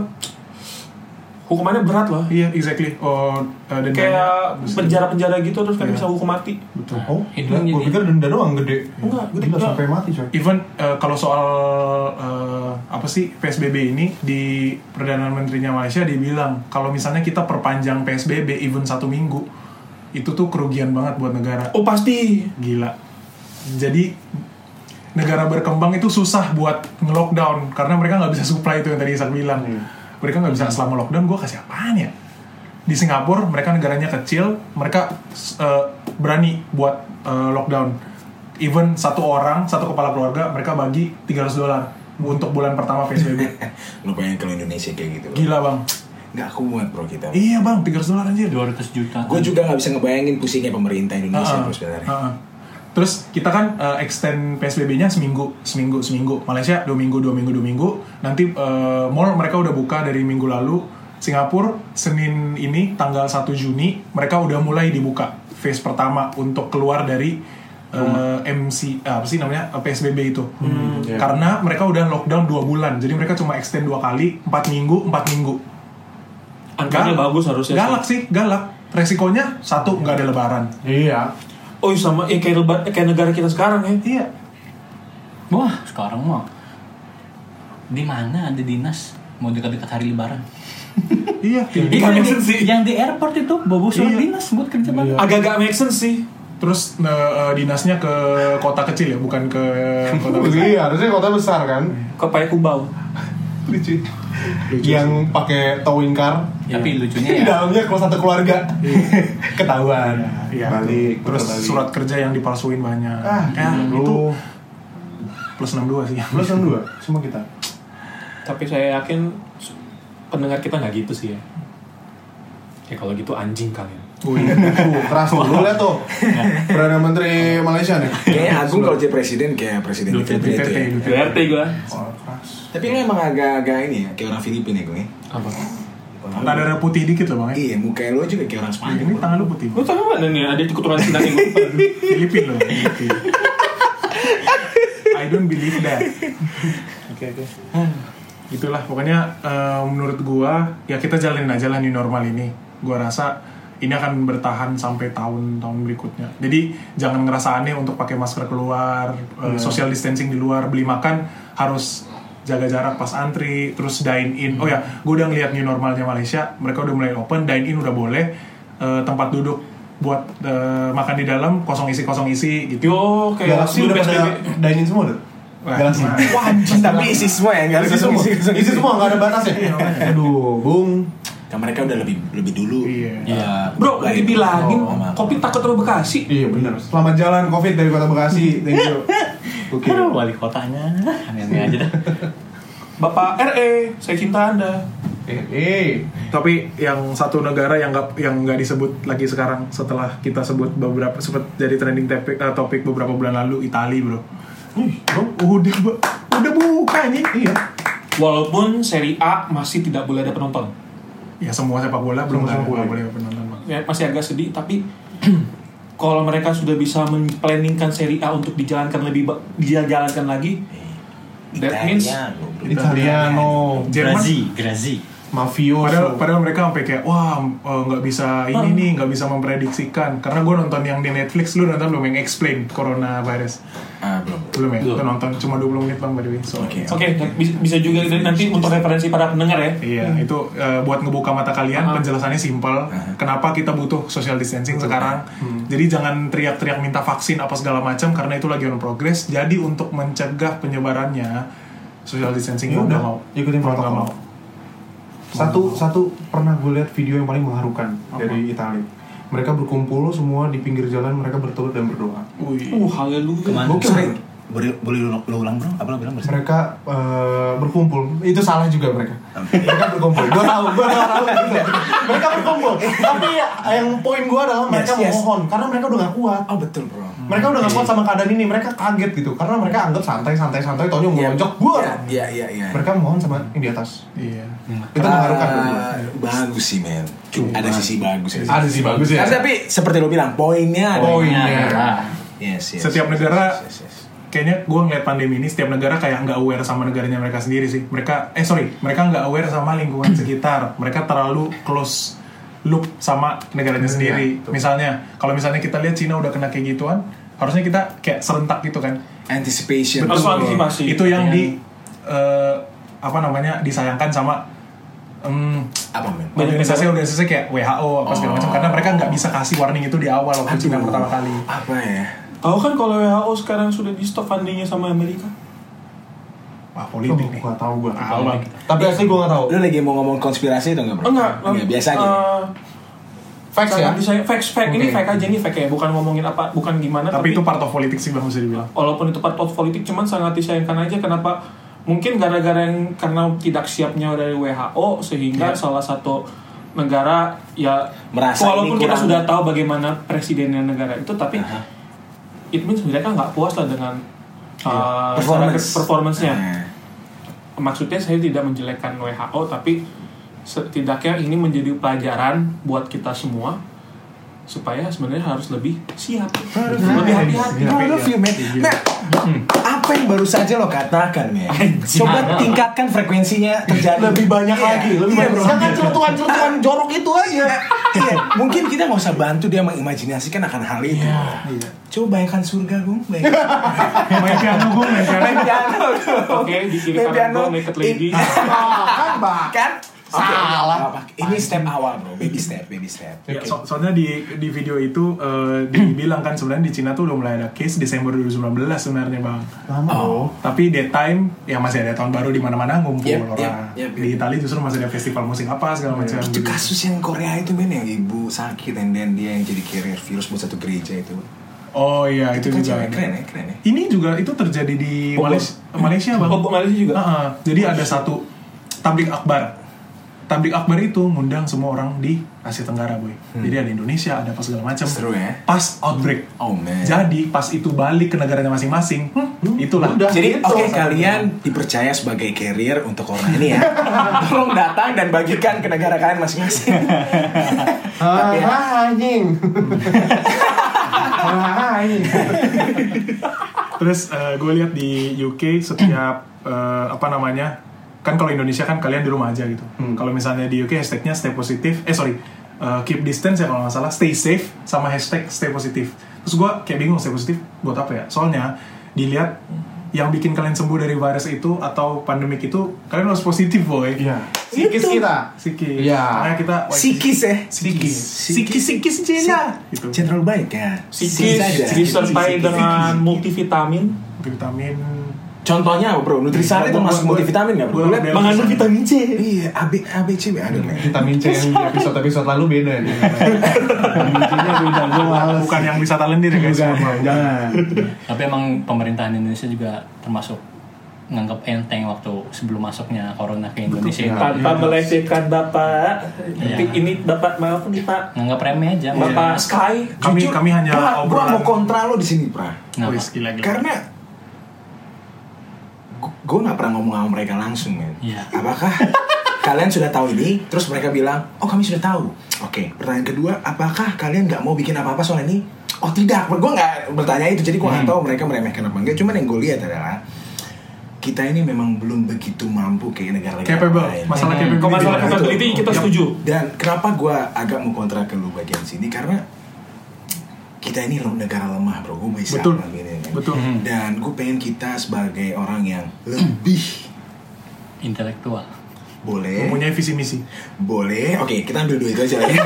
hukumannya berat loh Iya, exactly. Oh, eh, dendanya kayak besar. penjara-penjara gitu terus kan Iya. bisa hukum mati Betul. oh Itu gila, yang gua jadi- pikir denda doang gede Enggak, gede, gila enggak. sampai mati coy Even eh, kalau soal eh, apa sih PSBB ini di perdana menterinya Malaysia dibilang kalau misalnya kita perpanjang PSBB even satu minggu itu tuh kerugian banget buat negara. oh pasti Gila. Jadi negara berkembang itu susah buat nge-lockdown karena mereka nggak bisa supply itu yang tadi Isak bilang. Mereka nggak bisa selama lockdown gue kasih apaan ya? Di Singapura mereka negaranya kecil, mereka s- eh, berani buat eh, lockdown. Even satu orang, satu kepala keluarga mereka bagi 300 dolar untuk bulan pertama PSBB. Eh, Lu bayangin kalau Indonesia kayak gitu. Bro. Gila, Bang. Nggak kuat bro kita. Iya, Bang, 300 dolar anjir. dua ratus juta Gue juga nggak bisa ngebayangin pusingnya pemerintah Indonesia Heeh, bro sebenarnya. heeh. Terus kita kan eh, extend PSBB-nya seminggu, seminggu, seminggu. Malaysia dua minggu, dua minggu, dua minggu. Nanti eh, mall mereka udah buka dari minggu lalu. Singapura Senin ini tanggal 1 Juni mereka udah mulai dibuka phase pertama untuk keluar dari eh, MC eh, apa sih namanya eh, PSBB itu. iya. Karena mereka udah lockdown dua bulan, jadi mereka cuma extend dua kali, empat minggu, empat minggu. angkanya bagus harusnya sih. Galak sih, galak. Resikonya satu nggak ada lebaran. iya oh iya sama ya kayak, lebar- kayak negara kita sekarang ya Iya, wah sekarang mah di mana ada dinas mau dekat-dekat hari lebaran iya. Iya, yang, maksud di, sih. yang di airport itu bobo Iya. surat dinas buat kerja banget agak-agak make sense sih Terus eh, eh, dinasnya ke kota kecil ya, bukan ke kota besar. iya harusnya kota besar kan ke Payakumbuh lucu Iya. yang pakai towing car tapi lucunya Iya. di ya dalamnya kalau satu keluarga ketahuan Iya, balik Terus putar balik. surat kerja yang dipalsuin banyak. ah Ya, iya. itu itu plus 62 sih. plus yang dua semua kita tapi saya yakin s- pendengar kita nggak gitu sih ya ya kalau gitu anjing kalian Wih, tuh, keras tuh. Lu lihat tuh. Perdana Menteri Malaysia nih. Kayaknya Agung kalau jadi presiden kayak presiden Duterte itu ya. Duterte. berarti gue Oh, keras. Tapi lu emang agak-agak ini ya, kayak orang Filipina ya, Gung ya? apa Orang- Rada-rada putih dikit loh bang. ya. Iya, muka lu juga kayak orang Spanyol. Ini tangan lu putih. lu tahu mana nih ada keturunan Cina yang gue Filipin loh. Filipin. I don't believe that. Oke oke. Itulah pokoknya eh, menurut gua ya kita jalanin aja lah new normal ini. Gua rasa ini akan bertahan sampai tahun-tahun berikutnya. Jadi jangan ngerasa aneh untuk pakai masker keluar, eh, social distancing di luar, beli makan harus jaga jarak pas antri, terus dine in. Oh ya, gue udah ngeliat new normalnya Malaysia, mereka udah mulai open, dine in udah boleh, eh, tempat duduk buat eh, makan di dalam kosong isi kosong isi gitu. Yo, kayak Galaxy dulu udah pada PSBB. dine-in semua tuh? Wah, Galaxy. nah. Wah, tapi isi semua ya nggak isi semua. Isi semua nggak ada batas ya. Iya, Aduh, Bung. Kan mereka udah lebih lebih dulu. Iya. Ya, Bro, baik. dibilangin gitu. Oh, maaf. kopi takut terlalu Bekasi. Iya benar. Selamat jalan Covid dari Kota Bekasi. Thank you. Oke. Aduh, wali kotanya. Aneh-aneh aja dah. Bapak RE, saya cinta Anda. Eh, eh. Tapi yang satu negara yang nggak yang nggak disebut lagi sekarang setelah kita sebut beberapa sempat jadi trending topik, eh, topik beberapa bulan lalu Itali bro. Bro, udah bu- udah buka anjing. Iya. Walaupun seri A masih tidak boleh ada penonton. Ya semua sepak bola belum Semua sepak nggak bola. iya. nggak boleh penonton. Bang. Ya, masih agak sedih, tapi kalau mereka sudah bisa memplaningkan seri A untuk dijalankan lebih ba- dijalankan lagi, that means Italiano, bro. Italiano, Jerman- Grazi, Grazi. mafioso. Padahal, padahal mereka sampai kayak wah m- eh, nggak bisa ini nih nggak bisa memprediksikan karena gue nonton yang di Netflix lu nonton belum yang explain coronavirus Ah, belum. belum ya Lu nonton cuma 20 menit bang by the way so Oke. oke bisa- bisa juga nanti untuk referensi para pendengar ya. Iya, itu eh, buat ngebuka mata kalian penjelasannya simpel. Ah. Kenapa kita butuh social distancing sekarang? Jadi jangan teriak-teriak minta vaksin apa segala macam karena itu lagi on progress. Jadi untuk mencegah penyebarannya social distancing Ya gua udah, nggak mau. ikutin Gua nggak protokol. mau. Satu satu pernah gue lihat video yang paling mengharukan Apa? dari Italia. Mereka berkumpul semua di pinggir jalan, mereka berturut dan berdoa. Wih. Uh, haleluya. Kemana? Gokil. Sorry, boleh boleh lu, lu ulang bro? Apa lu bilang bersama? Mereka eh, berkumpul, itu salah juga mereka. Mereka berkumpul. Gue tahu, gue tahu gitu. Mereka berkumpul. Tapi ya, yang poin gue adalah mereka Yes, yes. Hmm, iya. memohon karena mereka udah gak kuat. Oh betul bro. Mereka udah gak kuat sama keadaan ini, mereka kaget gitu karena mereka anggap santai santai santai taunya melonjak buar. Iya iya iya. Mereka mohon sama yang di atas. Iya. Itu mengharukan buat gua. Ah, Bagus sih men. Ada sisi bagus. ya. Ada sih bagus ya. Tapi, tapi seperti lo bilang poinnya. ada. Poinnya. Iya, Yes, yes, Setiap yes, negara- yes, yes, yes. Kayaknya gue ngeliat pandemi ini setiap negara kayak nggak aware sama negaranya mereka sendiri sih. Mereka eh sorry, mereka nggak aware sama lingkungan sekitar. Mereka terlalu close loop sama negaranya sendiri. Iya, betul. Misalnya, kalau misalnya kita lihat Cina udah kena kayak gituan, harusnya kita kayak serentak gitu kan. Anticipation. Harus Betul. antisipasi. itu yang di Dengan- eh, apa namanya disayangkan sama em, Apa men? organisasi organisasi kayak WHO apa segala macam karena mereka nggak bisa kasih warning itu di awal waktu Cina Aduh, pertama kali Apa ya? Tahu kan kalau WHO sekarang sudah di stop fundingnya sama Amerika? wah Tuh, politik nih Gua tahu gua. Tahu, Bang. Tapi asli gua gak tahu. Lu lagi mau ngomong konspirasi atau enggak bro? Enggak, eh, Iya, biasa aja. Facts ya. Saya facts fact ini Oke. fact aja nih fact ya, bukan ngomongin apa, bukan gimana tapi itu part of politik sih bang bisa dibilang walaupun itu part of politik cuman sangat disayangkan aja kenapa mungkin gara-gara yang karena tidak siapnya dari WHO sehingga salah satu negara ya Iya. Merasa walaupun ini kita kurang. ya. sudah tahu bagaimana presidennya negara itu tapi it means mereka nggak puas lah dengan Eh, uh, Iya, Performance. cara- performance-nya Nah, maksudnya saya tidak menjelekkan WHO tapi setidaknya ini menjadi pelajaran buat kita semua supaya sebenarnya harus lebih siap Nah, lebih hati-hati I love ya? you, man. Nah, Hmm. apa yang baru saja lo katakan, men? Coba tingkatkan frekuensinya terjadi Lebih banyak Iya, lagi, lebih iya, banyak bro. lagi. Jangan celutuan-celutuan jorok itu aja. Iya, mungkin kita nggak usah bantu dia mengimajinasikan akan hal itu. Coba bayangkan surga, Gung. Bayangkan. main piano gue main piano Main piano. dong. Oke, di kiri Main kanan piano. Iya. gua naked lady. In- Kan Pak. kan? Salah. Ini step awal, bro. Baby step, baby step. Ya, so- soalnya di di video itu eh, dibilang kan sebenarnya di Cina tuh udah mulai ada case Desember 2019 sebenarnya bang Oh. Lama dong. tapi that time ya masih ada tahun baru di mana-mana ngumpul Yep, orang yep, yep, di Italia justru masih ada festival musik apa segala macam Itu kasus yang Korea itu men yang ibu sakit and then dia yang jadi carrier virus buat satu gereja itu. oh iya itu, Kan juga cewek keren ya, keren ya. Ini juga itu terjadi di Oh, Malaysia, Malaysia bang. Oh, Malaysia juga? Ah, ah. jadi ada satu tablik akbar. Tablik akbar itu ngundang semua orang di Asia Tenggara, boy. Jadi ada Indonesia, ada apa segala macam. Seru ya. Pas outbreak. Oh, man. Jadi pas itu balik ke negaranya masing-masing, hmm, itulah. Udah. Jadi Gitu. oke kalian dipercaya sebagai carrier untuk corona ini ya. Tolong datang dan bagikan ke negara kalian masing-masing. Ah, ya. ah, anjing. Ah, anjing. Terus gue lihat di UK setiap eh, apa Hmm. namanya kan kalau Indonesia kan kalian di rumah aja gitu. Kalau misalnya di UK hashtagnya stay positif, eh sorry eh, eh, keep distance ya kalau nggak salah, stay safe sama hashtag stay positif. Terus gue kayak bingung stay positif buat apa ya? Soalnya dilihat yang bikin kalian sembuh dari virus itu atau pandemik itu kalian harus positif boy. Iya. Sikis kita. Sikis. Iya. Makanya kita Sikis eh. Sikis. Sikis. Sikis Cina. Gitu. Jenderal baik ya. Sikis, aja. disertai dengan multivitamin Vitamin. Contohnya apa bro? Nutrisari Gua- termasuk gua- multivitamin nggak bro? gua- Lu liat- gua- mengandung vitamin C. Iya, A B A B C B aduh men. Vitamin C yang di episode-episode lalu beda nih. Vitamin C-nya beda, gue males. Bukan yang wisata lendir ya guys. Bukan, jangan. Tapi emang pemerintahan Indonesia juga termasuk nganggap enteng waktu sebelum masuknya corona ke Indonesia. Betul. Nganggep Tanpa melecehkan bapak, nanti Iya. ini bapak maaf nih pak, Nganggap remeh aja. bapak Sky. Kami- kami hanya pra, Pra obrolan. mau kontra lo di sini pra. Kenapa? Wis, gila, gila. Karena gue nggak pernah ngomong sama mereka langsung men. Iya. Apakah kalian sudah tahu ini? Terus mereka bilang, oh kami sudah tahu. Oke. Pertanyaan kedua, apakah kalian nggak mau bikin apa-apa soal ini? Oh tidak, gue nggak bertanya itu. Jadi gue Hmm. nggak tahu mereka meremehkan apa enggak. Cuman yang gue lihat adalah kita ini memang belum begitu mampu kayak negara-negara Capable. lain. Masalah Hmm. capability. Kalau masalah Betul. capability kita Yap. setuju. Dan kenapa gue agak mau kontra ke lu bagian sini karena kita ini lo- negara lemah bro, gue bisa Betul. ngelakuin ini, kan? Betul. Dan gue pengen kita sebagai orang yang lebih Intelektual. boleh, Mempunyai visi misi. boleh. Oke, kita ambil dua itu aja. lah ya.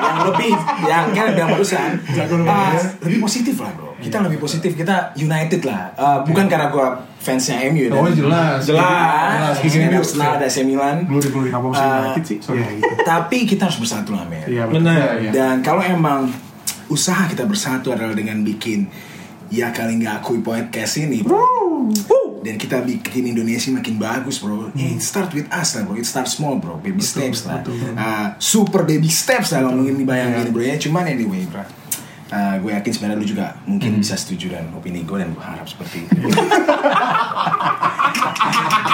yang lebih, yang kan ada barusan. Ah, lebih positif lah bro. Kita lebih positif, kita united lah. Ah, bukan karena gue fansnya MU. dan- Oh, jelas. jelas. Jelas. Di sini ada Arsenal, ada AC Milan. Lu dibully kenapa mesti Eh, sakit sih? Sorry. Tapi kita harus bersatu lah men. Iya betul. Benar. Iya. Dan kalau emang usaha kita bersatu adalah dengan bikin ya kali nggak akui podcast ini. Dan kita bikin Indonesia makin bagus bro. Hmm. Ya, it start with us lah bro. It start small bro. Baby steps lah. Ah, super baby steps lah kalau mungkin Iya. dibayangin bro ya. Cuman anyway bro. Ah, gue yakin sebenarnya lu juga mungkin Hmm. bisa setuju dan opini gue dan gue harap seperti itu.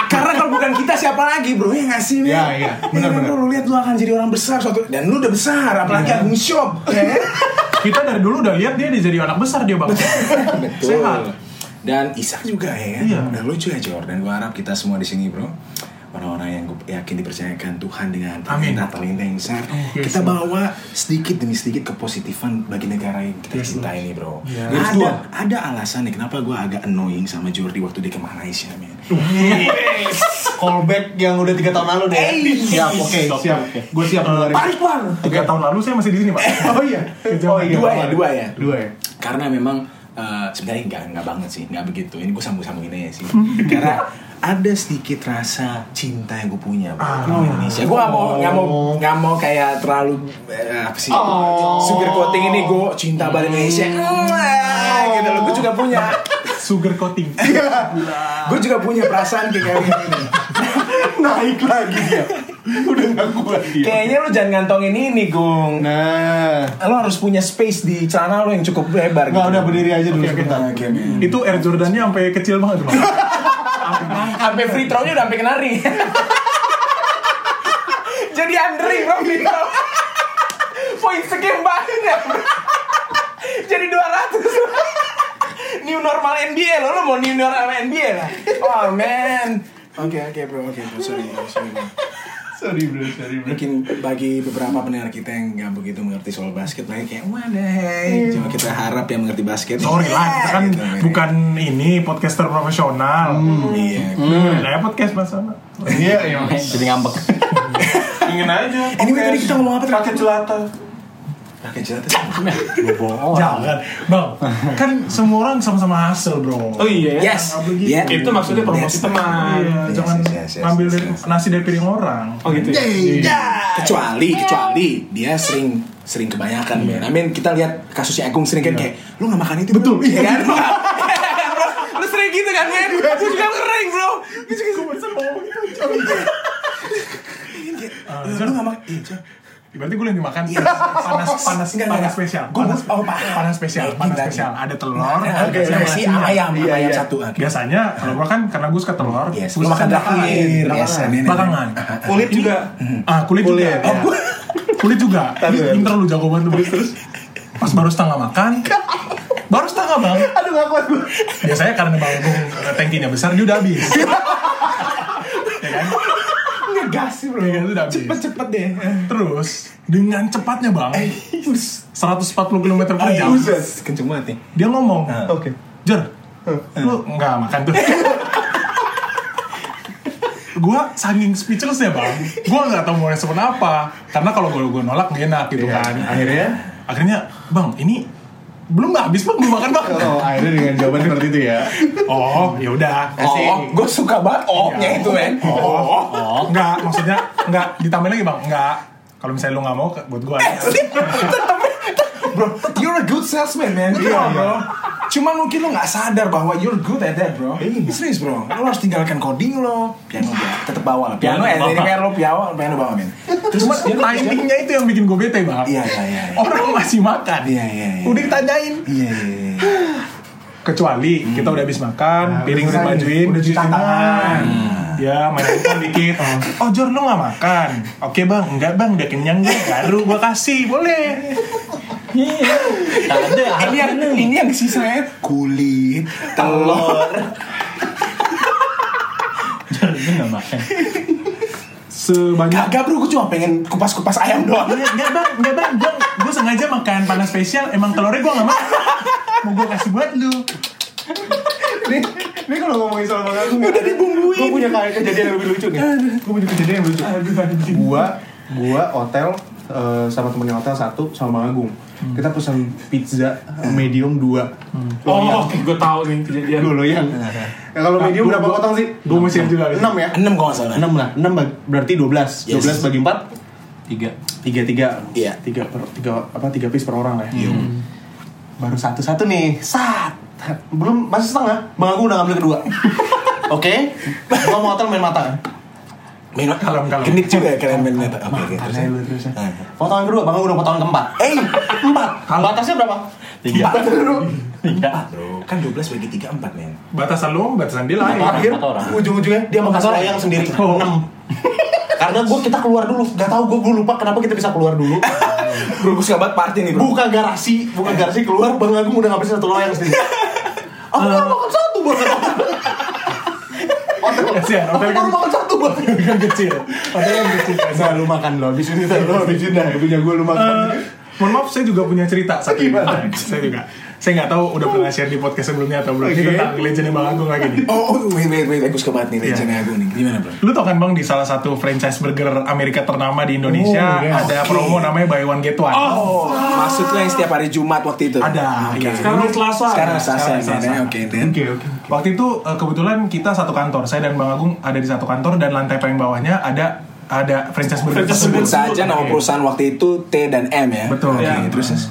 Karena kalau bukan kita siapa lagi bro ya nggak sih? Min? Iya, iya. Benar, kan, benar. Iya. bro? Lu lihat lu akan jadi orang besar suatu dan lu udah besar apalagi Agung Shop. Kita dari dulu udah lihat dia jadi anak besar dia bang. Sehat. Dan Isak juga ya. Iya. Dan lu juga Jordan. Gua harap kita semua di sini, Bro. Orang-orang yang gue yakin dipercayakan Tuhan dengan Amin. talenta talenta yang besar, Yes, kita Lord. bawa sedikit demi sedikit kepositifan bagi negara yang kita cinta ini, bro. Yes. Nah, Yes, ada ada alasan nih kenapa gue agak annoying sama Jordi waktu dia ke Malaysia, men. Callback yang udah 3 tahun lalu Eh, deh. iya. Siap, oke, siap. Gue siap dengerin. Tarik bang. Tiga tahun lalu saya masih di sini pak. Oh iya. Oh iya. Dua ya, dua ya. Dua ya. karena memang eh, sebenarnya nggak nggak banget sih nggak begitu ini gue sambung sambungin aja sih Hmm. karena ada sedikit rasa cinta yang gue punya bro, Ah. sama Indonesia gue nggak mau nggak mau nggak mau kayak terlalu eh, apa sih Oh. sugar coating ini gue cinta banget Indonesia Hmm. Mwah, gitu loh gue juga punya Sugar coating. gue juga punya perasaan kayak gini Naik lagi dia. Udah gak kuat dia. kayaknya lo jangan ngantongin ini gung Nah. lo harus punya space di celana lo yang cukup lebar Nggak, gitu. udah berdiri aja dulu Oke, oke. sebentar. Oke, men. Itu Air Jordannya sampai kecil banget bang. sampai free throw-nya udah sampai kena ring. Jadi undering bro free throw. Poin segame banget ya. bro. Jadi 200. new normal NBA lo lo mau new normal NBA lah. Oh man. Oke oke bro oke bro sorry sorry bro. Sorry bro, sorry bro. Mungkin bagi beberapa pendengar kita yang nggak begitu mengerti soal basket lagi kayak what the heck. Cuma kita harap yang mengerti basket. Sorry lah, kita kan Gitu, men. bukan ini podcaster profesional. Iya. Nah, ya podcast mas Ana. Iya, iya. Jadi ngambek. Ingin aja. Anyway, tadi kita ngomong apa tadi? Rakyat jelata. Pakai jelasin. Jangan, bang. Kan semua orang sama-sama hasil bro. Oh iya. ya? Yes. Yeah. Itu maksudnya promosi Yes. teman. Iya, Yes, jangan yes, yes, yes, ambil yes, dari yes. nasi dari piring orang. Oh gitu ya. kecuali kecuali dia sering sering kebanyakan Iya. men. I mean, kita lihat kasusnya Agung sering kan kayak lu nggak makan itu betul iya kan Ah, Bro, lu sering gitu kan men gue juga sering Oh, bro gue juga gitu lu nggak makan iya Cok. Berarti gue yang dimakan Iya. Oh, panas panas Enggak, panas enggak. spesial. Gua- Panas, oh, panas. panas spesial, Daging, panas daging. spesial. Ada telur, Nah, ada biasanya nasi, sih ayam Iya, ayam iya. satu oke. Biasanya kalau gue kan karena gue suka telur, Iya, kan? Yes, gue lu Iya, makan terakhir iya, biasanya Belakangan. Kulit juga. Ah, kulit, Kulit, juga. ya. Oh, kulit juga. Ini Aduh. pinter lu jago banget lu. Terus pas baru setengah makan, baru setengah bang. Aduh, gak kuat gue. Biasanya karena bang Agung eh, tankinya besar dia udah habis. Enggak, gas sih bro. Iya, udah habis. Cepet-cepet deh. Terus dengan cepatnya bang, 140 km per jam. Buset, kenceng banget nih. Dia ngomong, Ah. Oke. Jor, lu nggak makan tuh. gua saking speechless ya bang, gua nggak tahu mau respon apa. Karena kalau gue gue nolak gak enak Iya. gitu kan. Akhirnya? Akhirnya, bang ini belum habis bang, belum makan bang. Oh, akhirnya dengan jawaban seperti itu ya. Oh, ya udah. Oh, gue suka banget ohnya itu men. Oh, Oh, enggak, maksudnya enggak ditambahin lagi bang, enggak. Kalau misalnya lu nggak mau, ke- buat gua. bro, you're a good salesman man. Iya bro. Cuman mungkin lo gak sadar bahwa you're good at that bro Serius bro, lo harus tinggalkan coding lo Piano ya, tetep bawa lah Piano at any care lo piano, piano bawa men Terus Cuma dia- timingnya itu yang bikin gue bete bang. Iya, iya, iya. Orang masih makan. Iya, iya, iya. Udah ditanyain. Iya, iya, iya. Kecuali kita udah habis makan, piring udah selesai, dibajuin, Hmm. Nah, udah cuci tangan. Ya, main handphone dikit. Oh, Jor, lu gak makan? Oke, bang. Enggak, bang. Udah kenyang, bang. Baru gue kasih. Boleh. Iya. Ada Ini yang, ini yang sisanya kulit, telur harusnya nggak makan. Sebanyak... Kagak bro, gue cuma pengen kupas-kupas ayam doang Iya, Enggak, bang. Enggak, bang. Gue, gue sengaja makan panas spesial. Emang telurnya gue gak makan. Mau gue kasih buat lu. Ini, ini kalau ngomongin soal makanan gue udah dibumbuin. Gue punya kayak kejadian yang lebih lucu nih. Gue punya kejadian yang lucu. Gua, gua hotel eh, sama temennya hotel satu sama Bang Agung. Hmm. Kita pesan pizza medium dua. Oh, gue tahu nih kejadian. Dua loyang. Ya, kalau medium Nah, Dua, berapa dua. potong sih? Gue mau siap juga. Enam ya? 6 kalau gak salah Enam lah. Enam bag- berarti dua belas. Dua belas bagi empat Tiga. tiga tiga Iya. tiga per tiga apa tiga piece per orang lah ya baru satu satu nih sat belum masih setengah bang aku udah ngambil kedua oke gua mau hotel main mata Main Kalem, kalem. Genit juga ya kalian main mata Oke, oke, terus Nah. Aneh lu terus ya. potongan kedua bang aku udah potongan keempat Eh, empat batasnya berapa Tiga. Tiga. bro, kan 12 bagi 3, 4 men Batasan lu, batasan dia lain. akhir Empat orang. ujung-ujungnya dia Oh. makan sayang sendiri enam karena gue kita keluar dulu gak tau gue lupa kenapa kita bisa keluar dulu Bro, gue suka banget party nih bro buka garasi buka garasi keluar bang Agung udah ngabisin satu loyang sendiri aku baru makan satu bang Hotel, Kasihan, aku hotel baru kan- makan satu bang Kan kecil. Padahal yang kecil. Nah, lu makan lo, habis ini lo, habis ini dah, punya gue lu Eh, makan mohon maaf saya juga punya cerita satu ini. Gimana? saya juga saya nggak tahu udah pernah share di podcast sebelumnya atau belum Oke. Ini tentang legendnya bang Agung lagi nih Oh, oh, wait, wait, wait, aku suka banget nih legendnya aku nih Gimana bro? lu tau kan bang di salah satu franchise burger Amerika ternama di Indonesia Oh, yes. ada Oke. promo namanya buy one get one Oh, maksudnya yang setiap hari Jumat waktu itu? Ada, Oke. iya. Sekarang hari Selasa. Sekarang Selasa, Sekarang Selasa. men, ya. Oke, dan Oke, oke. waktu itu eh, kebetulan kita satu kantor saya dan bang Agung ada di satu kantor dan lantai paling bawahnya ada ada franchise burger Franchise tersebut sebut saja nama Oke. perusahaan waktu itu T dan M ya. Betul. Oke, Ya. terus Sis?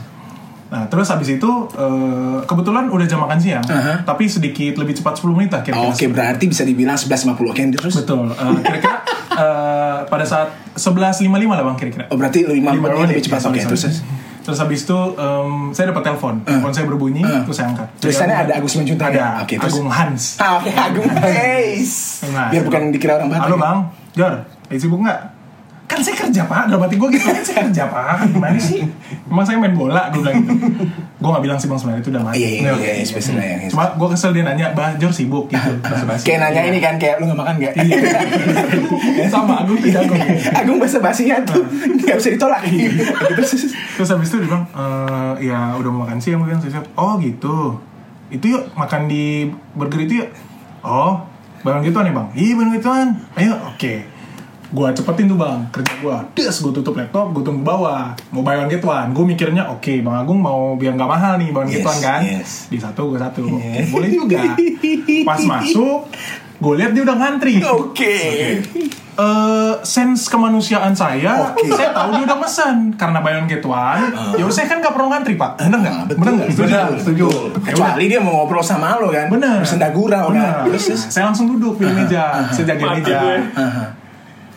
Nah, terus habis itu eh, kebetulan udah jam makan siang, Aha. Oh, tapi sedikit lebih cepat 10 menit lah kira-kira. Oke, berarti bisa dibilang 11.50 oke terus. Betul. Eh, kira-kira eh, pada saat 11.55 lah bang kira-kira. Oh, berarti 5 Lima menit lebih cepat Sorry, oke sorry. terus. Sis? Terus habis itu em, saya dapat telepon. Telepon saya berbunyi, terus saya angkat. Eh. Tulisannya Jadi, ada Agus Manjunta, Ada. ya? Oke, terus? Agung Hans. Ah, oke, Agung Face. Nah, Biar bukan dikira orang Halo Batak. bang, Jor, lagi sibuk nggak? Kan saya kerja pak, dalam hati gue gitu Kan saya kerja pak, gimana sih? Emang saya main bola, gue bilang gitu Gue gak bilang sih bang sebenarnya itu udah mati Iya, iya, Nah, iya, oke. iya, spesial yang- Cuma gue kesel dia nanya, bah Jor sibuk gitu basa-basi. Kayak nanya ini kan kayak lu gak makan gak? Iya, Sama, gitu. Agung tidak Agung Agung bahasa basinya Nah. tuh nggak bisa ditolak. Iya. Oke, terus, Sis? Terus habis itu dia bilang, "Eh, ya udah mau makan siang, gue bilang siap Oh gitu, itu yuk makan di burger itu yuk Oh, barang gituan ya bang? Iya barang gituan, ayo oke Gua cepetin tuh bang, kerja gua Des, gue tutup laptop, gue tunggu bawah Mau buy one get one, gue mikirnya oke Bang Agung mau biar nggak mahal nih buy one Yes, get one kan yes. Di satu, gue satu Oke, Boleh juga Pas masuk, gue lihat dia udah ngantri Oh, Oke. eh sense kemanusiaan saya, Oke. Ah. saya tahu dia udah pesan karena bayon get one. Ya udah, saya kan gak perlu ngantri Oh, pak, bener nggak? Bener nggak? Setuju? setuju. Kecuali dia mau ngobrol sama lo kan. Bener. Bersendagurau Bener. kan. Terus terus. Ah. Nah, saya langsung duduk pilih meja, saya jaga Mati meja. gue.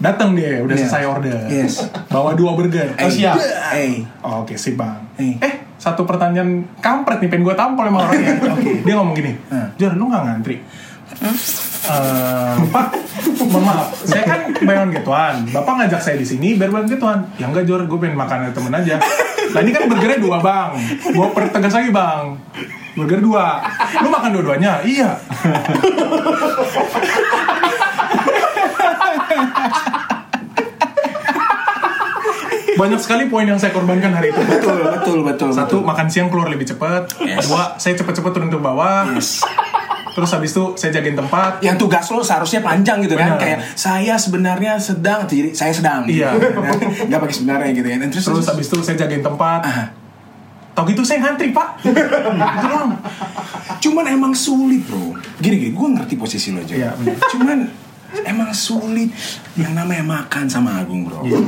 Datang dia, udah selesai order. Iya. Yes. Bawa dua burger. Oh, Eh, siap. eh. Oh, Oke, sip bang. Eh. Eh, satu pertanyaan kampret nih, pengen gue tampol emang orangnya. Dia ngomong gini, Jor, lu gak ngantri? Eh, Pak, mohon maaf, saya kan bayangan gituan. Bapak ngajak saya di sini biar bayangan gituan. Ya enggak, Jor, gue pengen makan sama temen aja. Lah ini kan burgernya dua, Bang. Gue pertegas lagi, Bang. Burger dua. Lu makan dua-duanya? Iya. banyak sekali poin yang saya korbankan hari itu. betul betul betul Satu, betul. makan siang keluar lebih cepat. Yes. Dua, saya cepet-cepet turun ke bawah. Yes. Terus habis itu saya jagain tempat. yang tugas lo seharusnya panjang gitu kan Benar. kayak saya sebenarnya sedang jadi saya sedang Iya. gitu, kan. nggak pakai sebenarnya gitu ya Dan terus, Terus habis itu saya jagain tempat. Ah. Tau gitu saya ngantri, Pak. Itu doang. cuman emang sulit bro gini gini gue ngerti posisi lo aja Iya, bener. cuman emang sulit yang namanya makan sama Agung bro Iya.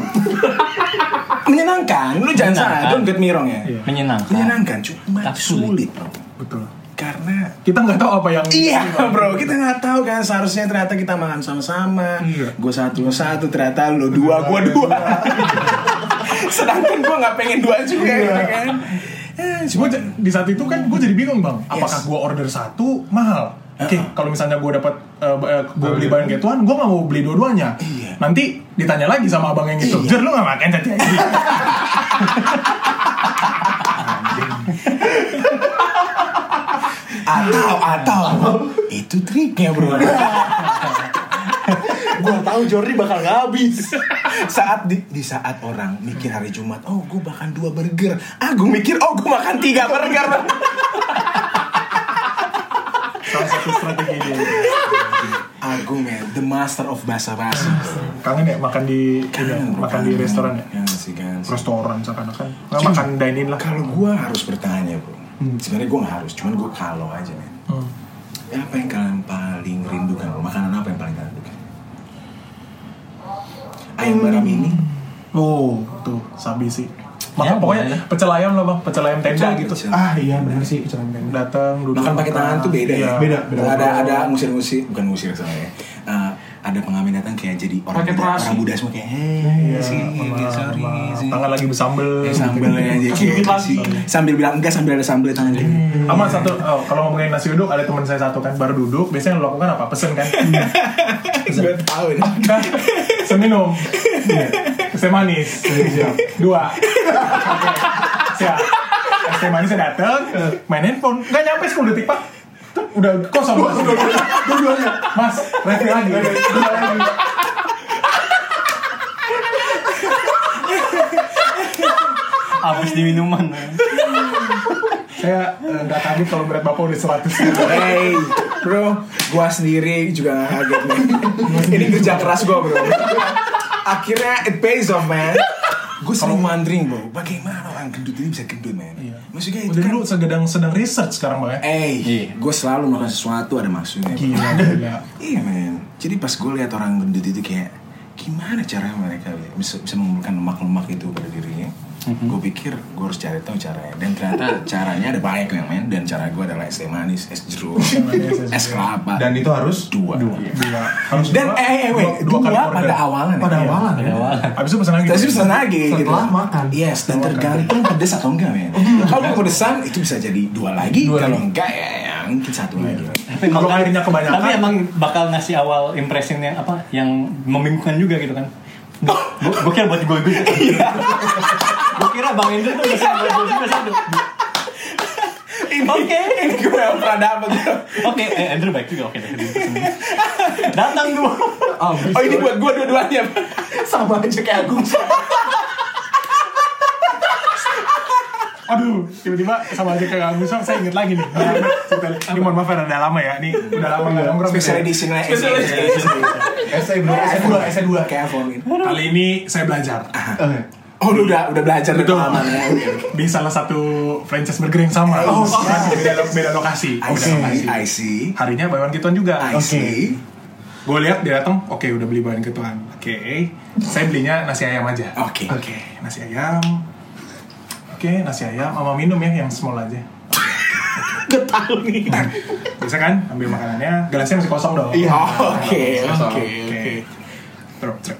menyenangkan lu jangan salah Menyenangkan. don't get me wrong ya Iya. Menyenangkan. menyenangkan cuman Tapi sulit sulit. bro Betul. karena Kita nggak tahu apa yang... Iya bro, kita nggak tahu kan seharusnya ternyata kita makan sama-sama. Iya. Gue satu lo satu ternyata lo dua gue dua. Iya. Sedangkan gue nggak pengen dua juga gitu kan. Ya, Gua cuma ja- di saat itu kan gue jadi bingung bang, apakah Yes. gue order satu mahal? Oke, Uh-uh. kalau misalnya eh, gue dapat gue beli bahan gituan, gue nggak mau beli dua-duanya. Iya. Nanti ditanya lagi sama abang yang itu, Iya. Jer lu nggak makan tadi aja." atau atau itu triknya bro. Gua tahu Jordi bakal nggak habis. saat di, di saat orang mikir hari Jumat, oh gue makan dua burger. Ah gue mikir, oh gue makan tiga burger. Salah satu strategi dia. Agung ya, the master of basa basi. Kangen ya makan di ini ya, makan di restoran ya, Kan sih kan. restoran seakan-akan nggak makan dine in lah. Kalau gue harus bertanya bro, sebenarnya gue nggak harus, cuman gue kalau aja men. Ya, Hmm. Apa yang kalian paling rindukan? bro? Makanan apa yang paling kalian rindukan? Ayam Hmm. garam ini Oh, tuh sabi sih. Ya, Makan pokoknya boleh. pecel ayam lah bang, pecel ayam tenda Pecel, gitu. Eh. pecel. Ah iya benar sih pecel ayam Datang duduk makan pakai tangan tuh beda ya. Iya. Beda, beda. Ada ada ngusir-ngusir, bukan ngusir soalnya. ya. Eh, ada pengamen datang kayak jadi orang Pakai Buddha, terasi. orang Buddha semua kayak hei Iya, sih, maaf, sorry iya maaf. sih. Tangan lagi bersambel. Eh, sambel ya jadi Kasih duit kayak lagi. sih. sambil bilang enggak sambil ada sambel Iya. tangan gitu." gini. Sama satu, oh, kalau ngomongin nasi uduk ada teman saya satu kan baru duduk, biasanya yang lo lakukan apa? Pesen kan? Gue tahu nih. Kan, seminum, saya Iya. manis, dua, Oke, siap. Es teh manisnya dateng, main handphone, nggak nyampe 10 detik pak, Tuh, udah kosong mas, mas, refill lagi, dua lagi. Habis di minuman. Saya eh, nggak kaget kalau berat bapak udah 100 Hey, bro, gua sendiri juga gak kaget nih. Ini kerja keras gua, bro. Akhirnya it pays off, man. Gue selalu mandring, bro. Bagaimana orang gendut ini bisa gendut, man? Maksudnya itu Udah kan... dulu sedang sedang research sekarang bang ya. Eh, Iya. gue selalu melakukan sesuatu ada maksudnya. bro. Gila, gila. Iya, man. Jadi pas gue lihat orang gendut itu kayak... Gimana caranya mereka bisa, bisa mengumpulkan lemak-lemak itu pada dirinya? Gue pikir gue harus cari tahu caranya dan ternyata caranya ada banyak yang men dan cara gue adalah es teh manis, es jeruk, es kelapa Dan itu harus dua. Gila. Harus Dan dua- eh eh dua, wait, dua dua, kali order. pada awalan. pada ya? awalan ya. Abis itu pesan lagi. Terus bisa lagi Setelah gitu. makan. Yes, dan tergantung pedes atau enggak men. Kalau dia pedesan itu bisa jadi dua lagi. Kalau enggak ya, ya mungkin satu lagi. Tapi Kalau makan- airnya kebanyakan. Tapi emang bakal ngasih awal impression yang apa yang membingungkan juga gitu kan. Gue gue kira buat gue gue. Gue kira Bang Hendro tuh bisa buat gue juga satu. Ini- Ini gue yang pernah dapet. Oke, eh, Andrew baik juga. Oke, deh. Datang dua. Oh ini buat gue dua-duanya. Sama aja kayak Agung. Aduh, tiba-tiba sama aja kayak Agus Sam, saya inget lagi nih. Iya. Ini mohon maaf ya, udah lama ya. Ini udah lama nggak nongkrong. Special gitu ya. Eh, edition Eh, lah. Special SA bro, S SA 2 dua. S 2 kayak iPhone gitu. Kali ini saya belajar Eh, Oh lu udah udah belajar dari Betul. pengalaman ya. di salah satu franchise burger yang sama. Oh, Kan beda, beda lokasi. Oh, I Beda see, lokasi. I see, Harinya Bayan Kituan juga. I see. Gue lihat dia datang, oke udah beli Bayan Kituan. Oke, saya belinya nasi ayam aja. Oke. Oke, nasi ayam. Oke, nasi ayam sama minum ya yang small aja. Gak tau nih. Biasa kan, ambil makanannya, gelasnya masih kosong dong. Nah, Oh, Oke, oke, oke. Oke. Terus, terus.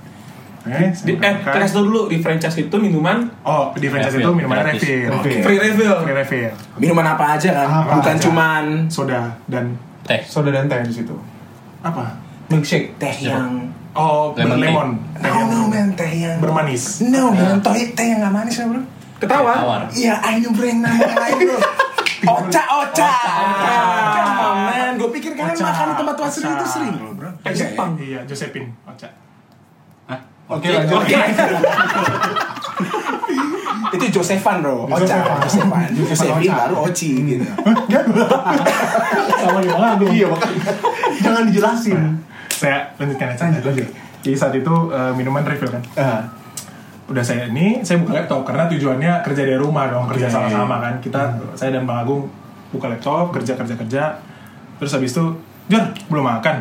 Eh, Di, eh, tes dulu di franchise itu minuman Oh, di franchise Refill, itu minumannya gratis. refill. Refill. Oke. free refill. Free refill. Minuman apa aja kan? Apa Bukan aja. cuman Soda dan Teh. Soda dan teh di situ. apa? Milkshake. teh yang Oh, Lemon berlemon. Teh No, yang no, man, teh yang bermanis. Iya. No, man, teh, teh yang gak manis ya, bro Ketawa. Tawar. Iya, I know brand nama yang lain, bro Oca, oca Come on, man Gue pikir kalian Oca, makan di tempat tua Oca. sering itu sering loh, bro Kayak Jepang. Iya, Josephine. Oca. Oke lanjut. Oke itu Josevan bro Ocha Josevan. Josevan Josevan Ocha. baru Oci Hmm. gitu Sama gimana tuh? iya makanya jangan dijelasin Iya. Eh. Saya lanjutkan aja. lanjut lanjut Jadi saat itu eh, minuman refill kan. Ah, udah saya ini saya buka laptop karena tujuannya kerja dari rumah dong kerja Iya, Oke. sama-sama kan kita Hmm. saya dan bang Agung buka laptop kerja kerja kerja terus habis itu Jor belum makan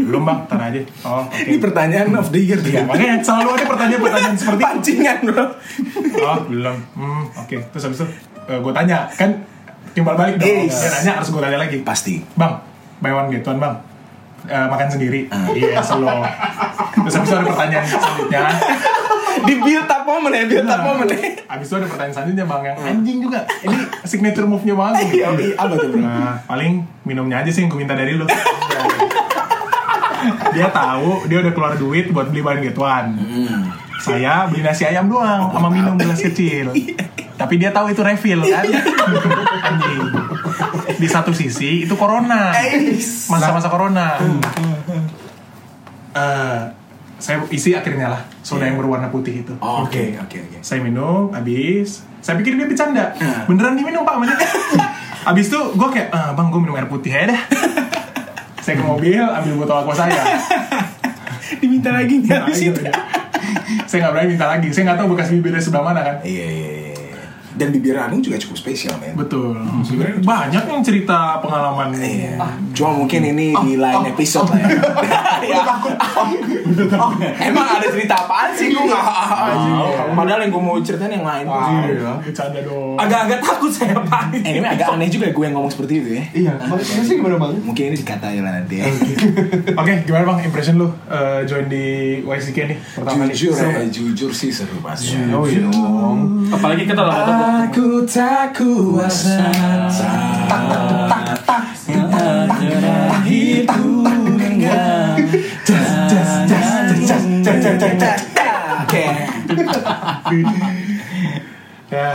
belum bang tar aja oh oke ini pertanyaan of the year Ya, dia makanya selalu ada pertanyaan-pertanyaan seperti itu. pancingan bro Oh, belum. Hmm, oke. Terus habis itu gue tanya, kan timbal balik dong. Yes. Saya nanya harus gue tanya lagi. pasti Bang, buy one get one bang Eh, makan sendiri iya selalu terus habis itu ada pertanyaan selanjutnya di build up moment ya build up moment ya Iya, Abis itu ada pertanyaan selanjutnya bang yang anjing juga. Ini signature move-nya bang. Agung. Iya, iya, apa tuh, Bro? Nah, paling minumnya aja sih yang gue minta dari lu. dia tahu dia udah keluar duit buat beli bahan get one. Hmm. Saya beli nasi ayam Oh, doang sama minum gelas kecil. Iya. Tapi dia tahu itu refill kan. Anjing. Di satu sisi itu corona. Eis. Masa-masa corona. Hmm. Eh, saya isi akhirnya lah soda yang berwarna putih itu Iya. Oh, oke oke oke saya minum habis saya pikir dia bercanda Iya. beneran dia minum pak bener habis itu gue kayak "Ah, bang gue minum air putih aja dah saya ke mobil ambil botol aqua saya diminta lagi nih Nah, habis gitu itu ya. saya nggak berani minta lagi saya nggak tahu bekas bibirnya sebelah mana kan iya iya iya dan bibir Agung juga cukup spesial men betul Sebenarnya banyak yang cerita pengalaman Hmm, Iya. Cuma mungkin ini di lain episode lah ya. Ya. Oh, Emang ada cerita apaan sih? Gue nggak. Padahal yang gue mau ceritain yang lain. iya bercanda dong Agak-agak takut saya pak. Eh, ini agak aneh juga gue yang ngomong seperti itu ya. iya maksudnya sih gimana bang Iya, Mungkin ini dikatain lah nanti ya. oke gimana bang impression lu eh, join di YCK nih pertama nih Jujur Seru ya, nggak? jujur sih seru pasti. oh iya dong Apalagi kita lah. Aku tak kuasa Tak tak tak tak ya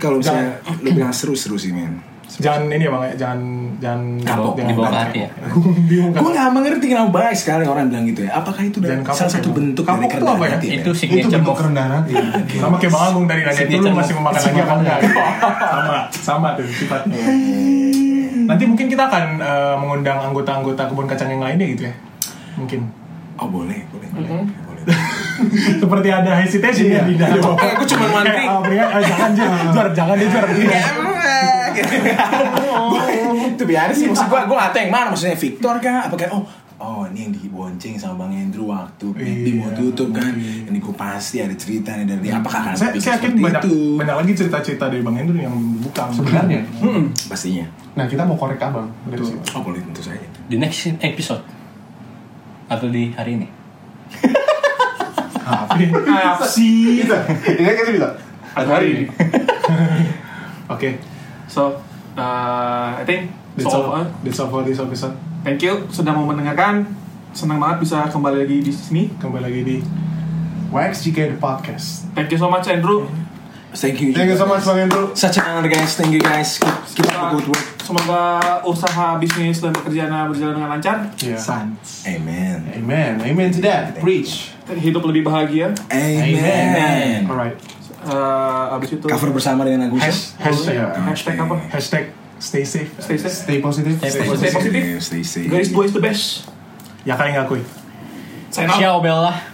Kalau misalnya lu bilang seru-seru sih men jangan ini ya bang ya jangan jangan Kapok, jangan dibawa ke kapok. hati ya. bingung kan Gue gak mengerti kenapa banyak sekali orang bilang gitu ya Apakah itu dari Dan kapok salah satu ya, Bang? bentuk dari Kapok itu kerendahan apa ya? hati men? Itu itu signature bentuk move. kerendahan hati sama kayak Bang Agung dari nanya itu lu Signature masih mau makan lagi apa enggak sama sama tuh sifatnya nanti mungkin kita akan eh, mengundang anggota-anggota kebun kacang yang lainnya gitu ya mungkin Oh boleh, boleh, boleh, boleh. seperti ada hesitation ya di dalam Eh, aku cuma Iya. mantri. Eh, ah, mendingan, eh, jangan jangan Jor, jangan deh, Jor. Iya. Itu biarin sih maksud gue, gue gak tau yang mana maksudnya Victor kah? Apa kayak oh Oh ini yang dibonceng sama Bang Hendro waktu Iya, Mimpi mau tutup kan Ini gue pasti ada cerita nih dari Apakah akan Hmm. saya, bisa saya yakin seperti banyak itu banyak lagi cerita-cerita dari Bang Hendro yang Hmm? bukan sebenarnya Hmm. Pastinya nah kita mau korek abang dari situ Oh boleh tentu saja Di next episode atau di hari ini. apa sih ini kan kita bisa Hari ini. oke So, uh, I think that's that's all. all that's all for this episode Thank you sudah mau mendengarkan. Senang banget bisa kembali lagi di sini. kembali lagi di YXGK The Podcast Thank you so much Andrew. Thank you thank you so much bang Andrew Such an honor guys, thank you guys Keep- Keep up the good work Semoga usaha bisnis dan pekerjaan Anda berjalan dengan lancar, Iya. yeah. Amen amen amen to that preach hidup lebih bahagia. Amen alright Uh, abis itu Cover bersama dengan Agus Hash- hashtag hashtag apa? hashtag stay safe Stay safe. stay positive Stay positive. Stay safe Garis dua is the best. ya kalian ngakui Sign out. Ciao Bella.